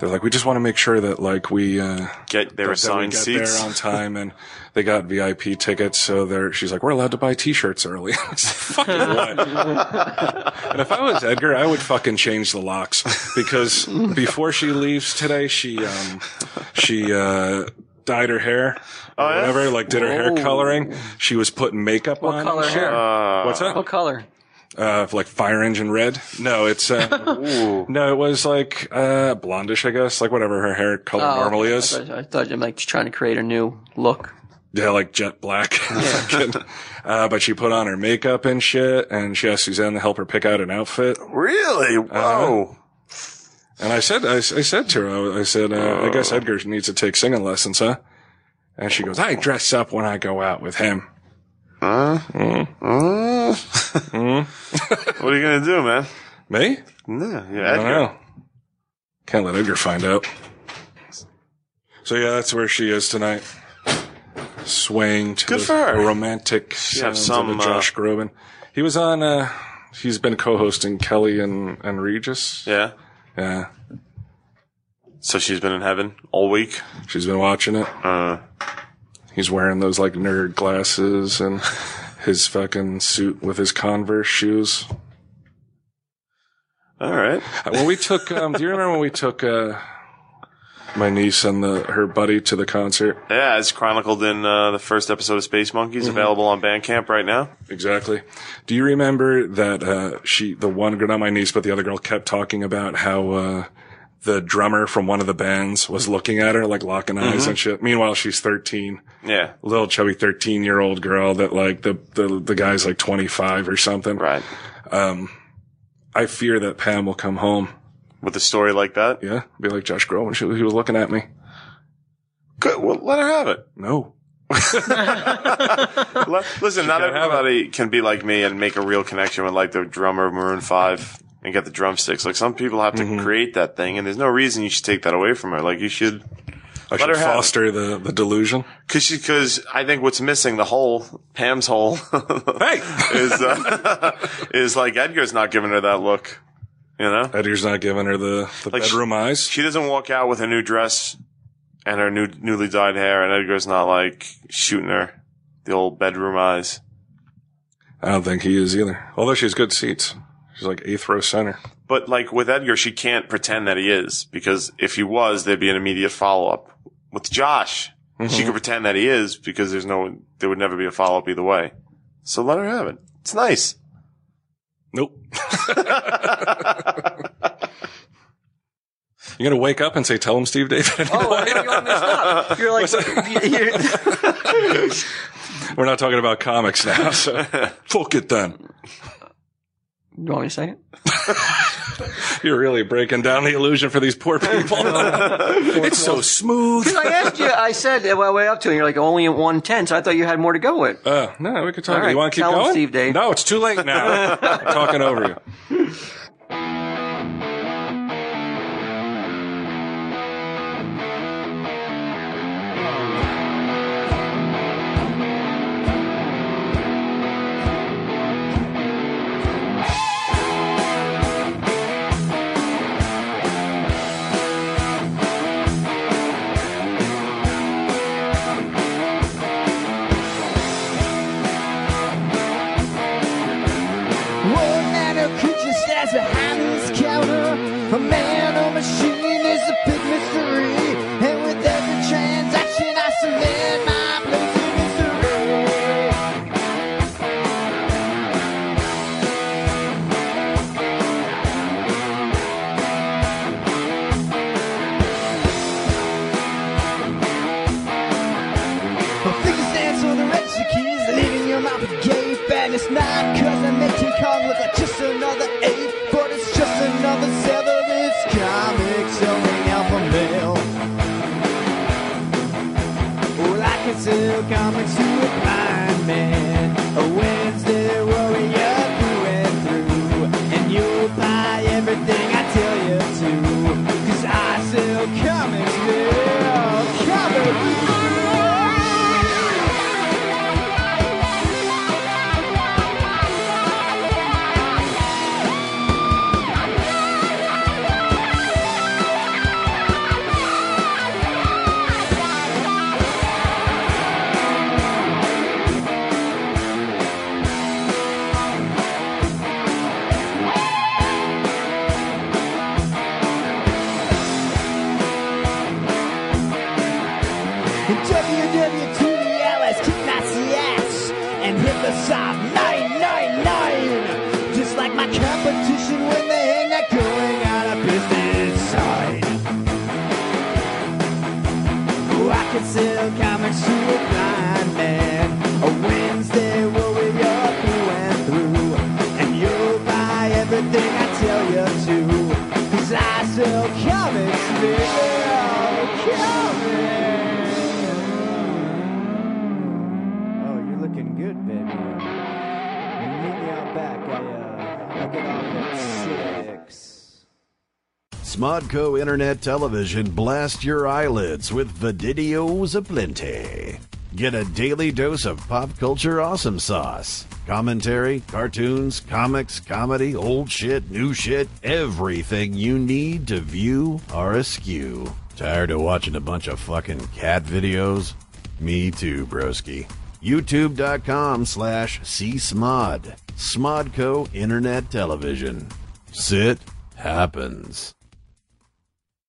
S5: They're like, we just want to make sure that, like, we, uh,
S7: Get
S5: that
S7: their
S5: we
S7: assigned
S5: get
S7: seats.
S5: there on time and they got VIP tickets. So they're, she's like, we're allowed to buy t-shirts early. [laughs] I was like,
S7: [laughs]
S5: fucking what? and if I was Edgar, I would fucking change the locks because before she leaves today, she, um, she, uh, dyed her hair or
S7: Oh, yeah?
S5: whatever, like did her hair coloring. She was putting makeup on.
S4: What
S5: and
S4: color
S5: shit.
S4: hair?
S5: What's up?
S4: what color?
S5: uh, like fire engine red. No, it's
S7: [laughs]
S5: um, no, it was like uh, blondish, I guess, like whatever her hair color
S4: Oh,
S5: normally
S4: okay.
S5: is.
S4: I thought, I thought you were like just trying to create a new look.
S5: Yeah, like jet black. [laughs] Fucking- uh, but she put on her makeup and shit, and she asked Suzanne to help her pick out an outfit.
S7: Really? Whoa.
S5: And I said, I, s- I said to her, I, I said, uh, I
S7: Oh.
S5: guess Edgar needs to take singing lessons, huh? And she goes, I dress up when I go out with him.
S7: Mm-hmm. [laughs] What are you gonna do, man?
S5: Me?
S7: No, you're
S5: I don't
S7: Edgar.
S5: know. Can't let Edgar find out. So yeah, that's where she is tonight. Swaying to
S7: Good
S5: the
S7: for her.
S5: romantic sounds
S7: some,
S5: of
S7: uh,
S5: a Josh Groban. He was on. uh He's been co-hosting Kelly and and Regis.
S7: Yeah.
S5: Yeah,
S7: So she's been in heaven all week.
S5: she's been watching it.
S7: Uh,
S5: He's wearing those like nerd glasses and [laughs] his fucking suit with his Converse shoes.
S7: all right.
S5: Uh, When we took, um, do you remember when we took? Uh, my niece and the, her buddy to the concert.
S7: Yeah, it's chronicled in uh, the first episode of Space Monkeys, available on Bandcamp right now.
S5: Exactly. Do you remember that uh, she, the one girl, not my niece, but the other girl, kept talking about how uh, the drummer from one of the bands was looking at her like locking eyes and shit. Meanwhile, she's thirteen,
S7: Yeah,
S5: little chubby thirteen year old girl that like the the the guy's like twenty five or something.
S7: right.
S5: I fear that Pam will come home.
S7: With a story like that,
S5: Yeah, be like Josh Groban. She, he was looking at me.
S7: good. Well, let her have it.
S5: No.
S7: Let, listen, not
S5: gotta have
S7: everybody can be like me and make a real connection with like the drummer of Maroon Five and get the drumsticks. Like some people have to create that thing, and there's no reason you should take that away from her. Like you should.
S5: I
S7: her
S5: should
S7: have it.
S5: foster the, the delusion.
S7: Cause she, cause I think what's missing, the hole, Pam's hole, [laughs]
S5: Hey!
S7: is, uh, [laughs] is like Edgar's not giving her that look. You know?
S5: Edgar's not giving her the, the
S7: Like,
S5: bedroom eyes.
S7: She doesn't walk out with a new dress and her new, newly dyed hair and Edgar's not like shooting her the old bedroom eyes.
S5: I don't think he is either. Although she has good seats. She's like eighth row center.
S7: But like with Edgar, she can't pretend that he is because if he was, there'd be an immediate follow up. With Josh, she could pretend that he is because there's no, there would never be a follow up either way. So let her have it. It's nice.
S5: Nope.
S7: [laughs]
S5: You're gonna wake up and say, "Tell him, Steve David."
S4: Oh, I know you're on this up. [laughs] You're like, you're-
S5: [laughs] We're not talking about comics now,
S7: [laughs]
S5: so fuck it then.
S4: you want me to say it?
S5: You're really breaking down the illusion for these
S4: [laughs]
S5: poor people. it's so smooth.
S4: [laughs] I asked you. I said, uh, "Well, way up to," and you're like, "Only at one ten." So I thought you had more to go with.
S5: Uh, no, we could talk.
S4: All right,
S5: you want to keep
S4: tell him,
S5: going,
S4: Steve Dave.
S5: No, it's too late
S4: [laughs]
S5: now. I'm talking over you.
S9: What manner of creature stands behind this counter? A man or machine is a big mystery. And with every transaction, I cement my place in history. My finger stands for the wretched keys, leaving your mouth with gape. And it's not cause I'm making Kong look like just another ape, but it's just another cell of its comics selling alpha male. Well, I can sell comics to a blind man, a Wednesday warrior through and through. And you'll buy everything I tell you to, cause I sell comics, yeah, comics. And WW2 the Alice kick Nazi ass and hit the soft 999. Just like my competition when they hang that going out of business sign. Oh, I could sell comics to a blind man. A Wednesday warrior through and through. And you'll buy everything I tell you to. Cause I sell comics, baby. Comics. Oh, you're looking good, baby. You meet me out back. I, uh, I get off at six.
S1: Smodco Internet Television blast your eyelids with videos aplenty. Get a daily dose of pop culture awesome sauce. Commentary, cartoons, comics, comedy, old shit, new shit, everything you need to view are askew. Tired of watching a bunch of fucking cat videos? Me too, broski. YouTube.com slash csmod. Smodco Internet Television. Sit happens.